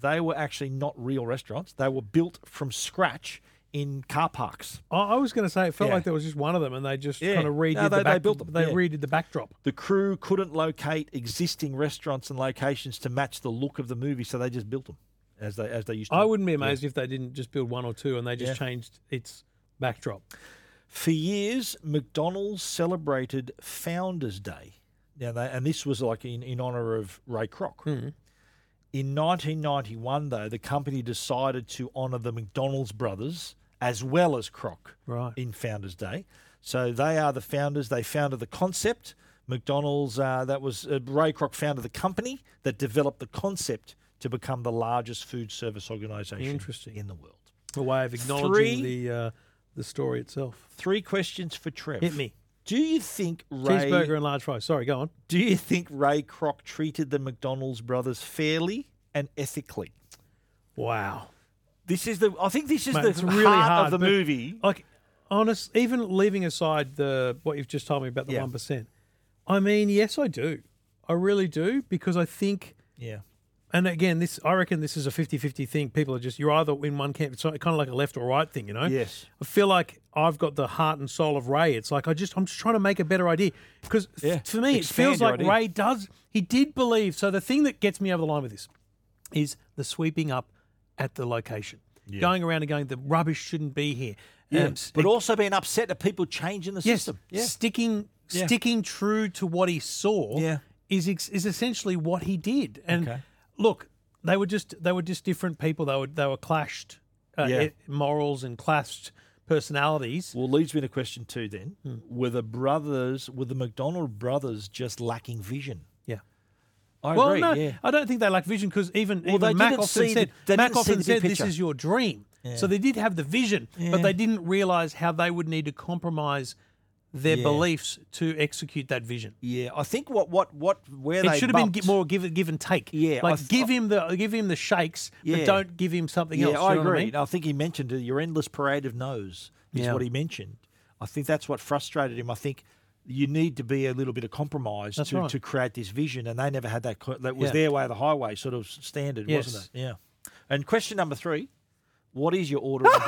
They were actually not real restaurants. They were built from scratch in car parks.
I I was going to say it felt
Yeah.
like there was just one of them, and they just
Yeah.
kind of redid
No, they- they
the back,
built them,
They
yeah.
redid the backdrop.
The crew couldn't locate existing restaurants and locations to match the look of the movie, so they just built them as they as they used to.
I wouldn't be
Yeah.
amazed if they didn't just build one or two, and they just
Yeah.
changed its backdrop.
For years, McDonald's celebrated Founders Day. Now, they, and this was like in, in honor of Ray Kroc.
Hmm.
In 1991, though, the company decided to honor the McDonald's brothers as well as Kroc
Right.
in Founders Day. So they are the founders. They founded the concept. McDonald's, uh, that was uh, Ray Kroc founded the company that developed the concept to become the largest food service organization
Interesting.
in the world.
A way of acknowledging the uh, the story itself.
Three questions for Trev.
Hit me.
Do you think Ray
Cheeseburger and large fries. Sorry, go on.
Do you think Ray Kroc treated the McDonald's brothers fairly and ethically?
Wow.
This is the. I think this is
Mate,
the
it's
heart
really hard,
of the
but,
movie.
Like, honest, even leaving aside the what you've just told me about the
Yeah.
one I mean, yes, I do. I really do because I think,
Yeah.
and again, this I reckon this is a 50-50 thing. People are just you're either in one camp. It's kind of like a left or right thing, you know.
Yes.
I feel like I've got the heart and soul of Ray. It's like I just I'm just trying to make a better idea because
Yeah.
for me it
Expand
feels
your
like
idea.
Ray does he did believe. So the thing that gets me over the line with this is the sweeping up at the location,
Yeah.
going around and going the rubbish shouldn't be here.
Yeah.
Um,
but also being upset at people changing the
yes,
system. Yeah.
sticking
Yeah.
sticking true to what he saw is ex- is essentially what he did. And
Okay.
look, they were just they were just different people. They were they were clashed uh,
Yeah.
e- morals and clashed personalities.
Well, leads me to question two then. Were the brothers, were the McDonald brothers just lacking vision?
Yeah.
I
well,
agree.
no,
yeah.
I don't think they lack vision because even,
Well, they
even Mac
didn't
often
see
said,
the- they
Mac
didn't see
often
the
said
big
this
picture."
is your dream.
Yeah.
So they did have the vision,
Yeah.
but they didn't realize how they would need to compromise their
Yeah.
beliefs to execute that vision.
Yeah, I think what what what where
it
they
should have been
bumped-
gi- more give, give and take.
Yeah, I
like
th-
give him the give him the shakes,
Yeah.
but don't give him something
yeah,
else.
I
you know what
agree.
mean?
I think he mentioned it, your endless parade of no's is
Yeah.
what he mentioned. I think that's what frustrated him. I think you need to be a little bit of compromise
That's
to,
right.
to create this vision, and they never had that. co- That was
Yeah.
their way of the highway sort of standard,
Yes.
wasn't it? Yeah. And question number three What is your order of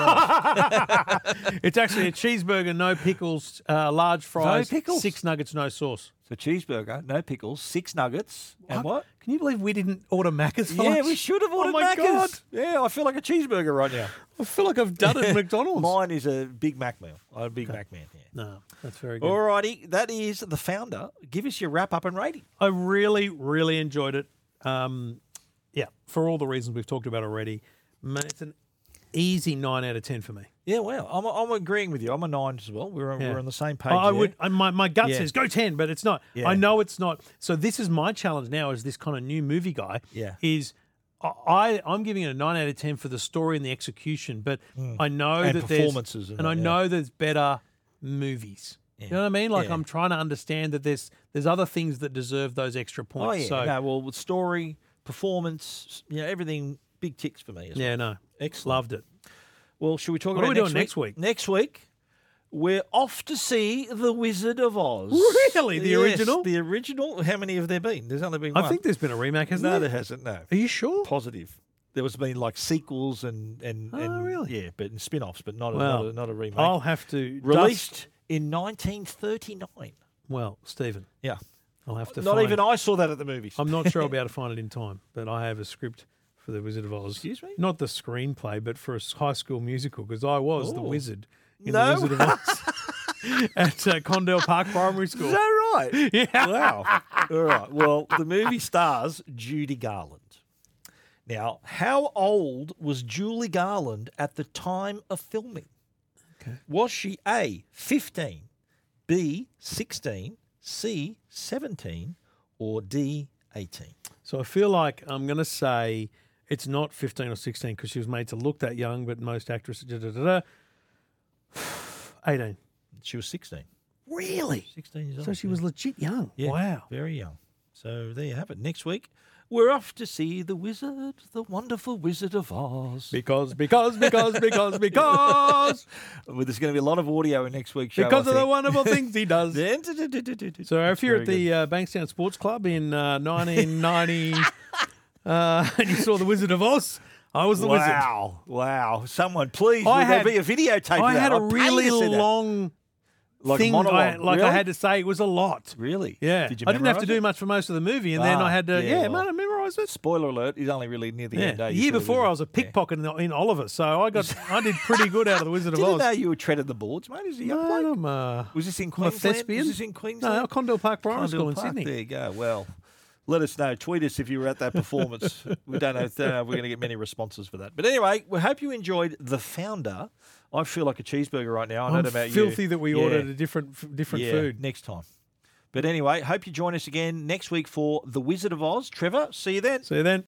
McDonald's?
it's actually a cheeseburger, no pickles, uh, large fries,
pickles?
six nuggets, no sauce.
So cheeseburger, no pickles, six nuggets, and
What?
what?
Can you believe we didn't order Macca's? for
Yeah,
lunch?
we should have
Oh
ordered
my
Macca's.
God.
Yeah, I feel like a cheeseburger right now.
I feel like I've done it at McDonald's.
Mine is a Big Mac meal. I'm a Big Mac man. Yeah.
No, that's very good.
All righty, that is the founder. Give us your wrap up and rating.
I really, really enjoyed it. Um, yeah, for all the reasons we've talked about already, man, it's an easy nine out of ten for me.
Yeah, well, I'm, I'm agreeing with you. I'm a nine as well. We're on,
Yeah.
we're on the same
I-
page.
I
there.
would. I, my my gut
Yeah.
says go ten, but it's not.
Yeah.
I know it's not. So this is my challenge now as this kind of new movie guy.
Yeah.
Is I I- I'm giving it a nine out of ten for the story and the execution, but
Mm.
I know
And
that there's-
performances and
and
that,
I
yeah.
know there's better movies. You know what I mean? Like
Yeah.
I'm trying to understand that there's there's other things that deserve those extra
Oh
points.
yeah.
So
no, well, with story, performance, you know, everything. Big ticks for me. As
yeah,
well.
no,
Excellent.
loved it.
Well, should we talk
What
about
are we
next
doing next
week? Next week, we're off to see The Wizard of Oz.
Really? The
Yes,
original?
The original? How many have there been? There's only been
I
one.
think there's been a remake, hasn't
no,
there?
there hasn't. No.
Are you sure?
Positive. There was been like sequels and and, and Oh, really? yeah, but and spin-offs, but not a, not,
Well,
a, not a remake.
I'll have to
released
dust-
in 1939.
Well, Stephen.
Yeah.
I'll have to.
Not
find-
even I saw that at the movies.
I'm not sure I'll be able to find it in time, but I have a script for The Wizard of Oz. Excuse
me?
Not the screenplay, but for a s- high school musical, because I was the
Ooh.
wizard in
No.
The Wizard of Oz at uh, Condell Park Primary School.
Is that right?
Yeah.
Wow. All right. Well, the movie stars Judy Garland. Now, how old was Julie Garland at the time of filming? Was she A, 15, B, 16, C, 17, or D, 18?
So I feel like I'm going to say it's not 15 or 16 because she was made to look that young, but most actresses. Da, da, da, da. 18.
She was 16.
Really?
16 years old.
So she was legit young.
Yeah,
Wow.
Very young. So there you have it. Next week, we're off to see the wizard, the wonderful wizard of Oz.
Because, because, because, because, because.
Well, there's going to be a lot of audio in next week's show.
Because
I
of the
think.
wonderful things he does.
Then, do, do, do, do, do, do.
So if you're at
very
the uh, Bankstown Sports Club in uh, 1990 uh, and you saw The Wizard of Oz, I was the wizard.
wow, wow! Someone, please, I will there be a videotape?
I
of that?
had a
I'll pay you
really
to see that.
long
Like a
thing. I,
monologue.
like I
Really?
had to say, it was a lot.
Really?
Yeah.
Did you
I didn't have to
memorise
do
it?
much for most of the movie, and then
Ah,
I had to. Yeah, man. memorise it.
Spoiler alert: He's only really near the
Yeah.
end. eh?
The
You
year
saw
before,
wizard.
I was a pickpocket in, the- in Oliver, so I got I did pretty good out of The Wizard of
Didn't
Oz.
know you were treaded the boards, mate. Is he up
No, I'm, uh,
Was this in
I'm a
Queensland?
thespian.
Was this in Queensland?
No, Condell Park Primary
Condell
School in
Park.
Sydney.
There you go. Well, let us know. Tweet us if you were at that performance. we don't know, if- don't know if we're going to get many responses for that. But anyway, we hope you enjoyed The Founder. I feel like a cheeseburger right now. I
I'm
don't know about you.
filthy that we
Yeah.
ordered a different f- different
Yeah,
food.
next time. But anyway, hope you join us again next week for The Wizard of Oz. Trevor, see you then.
See you then.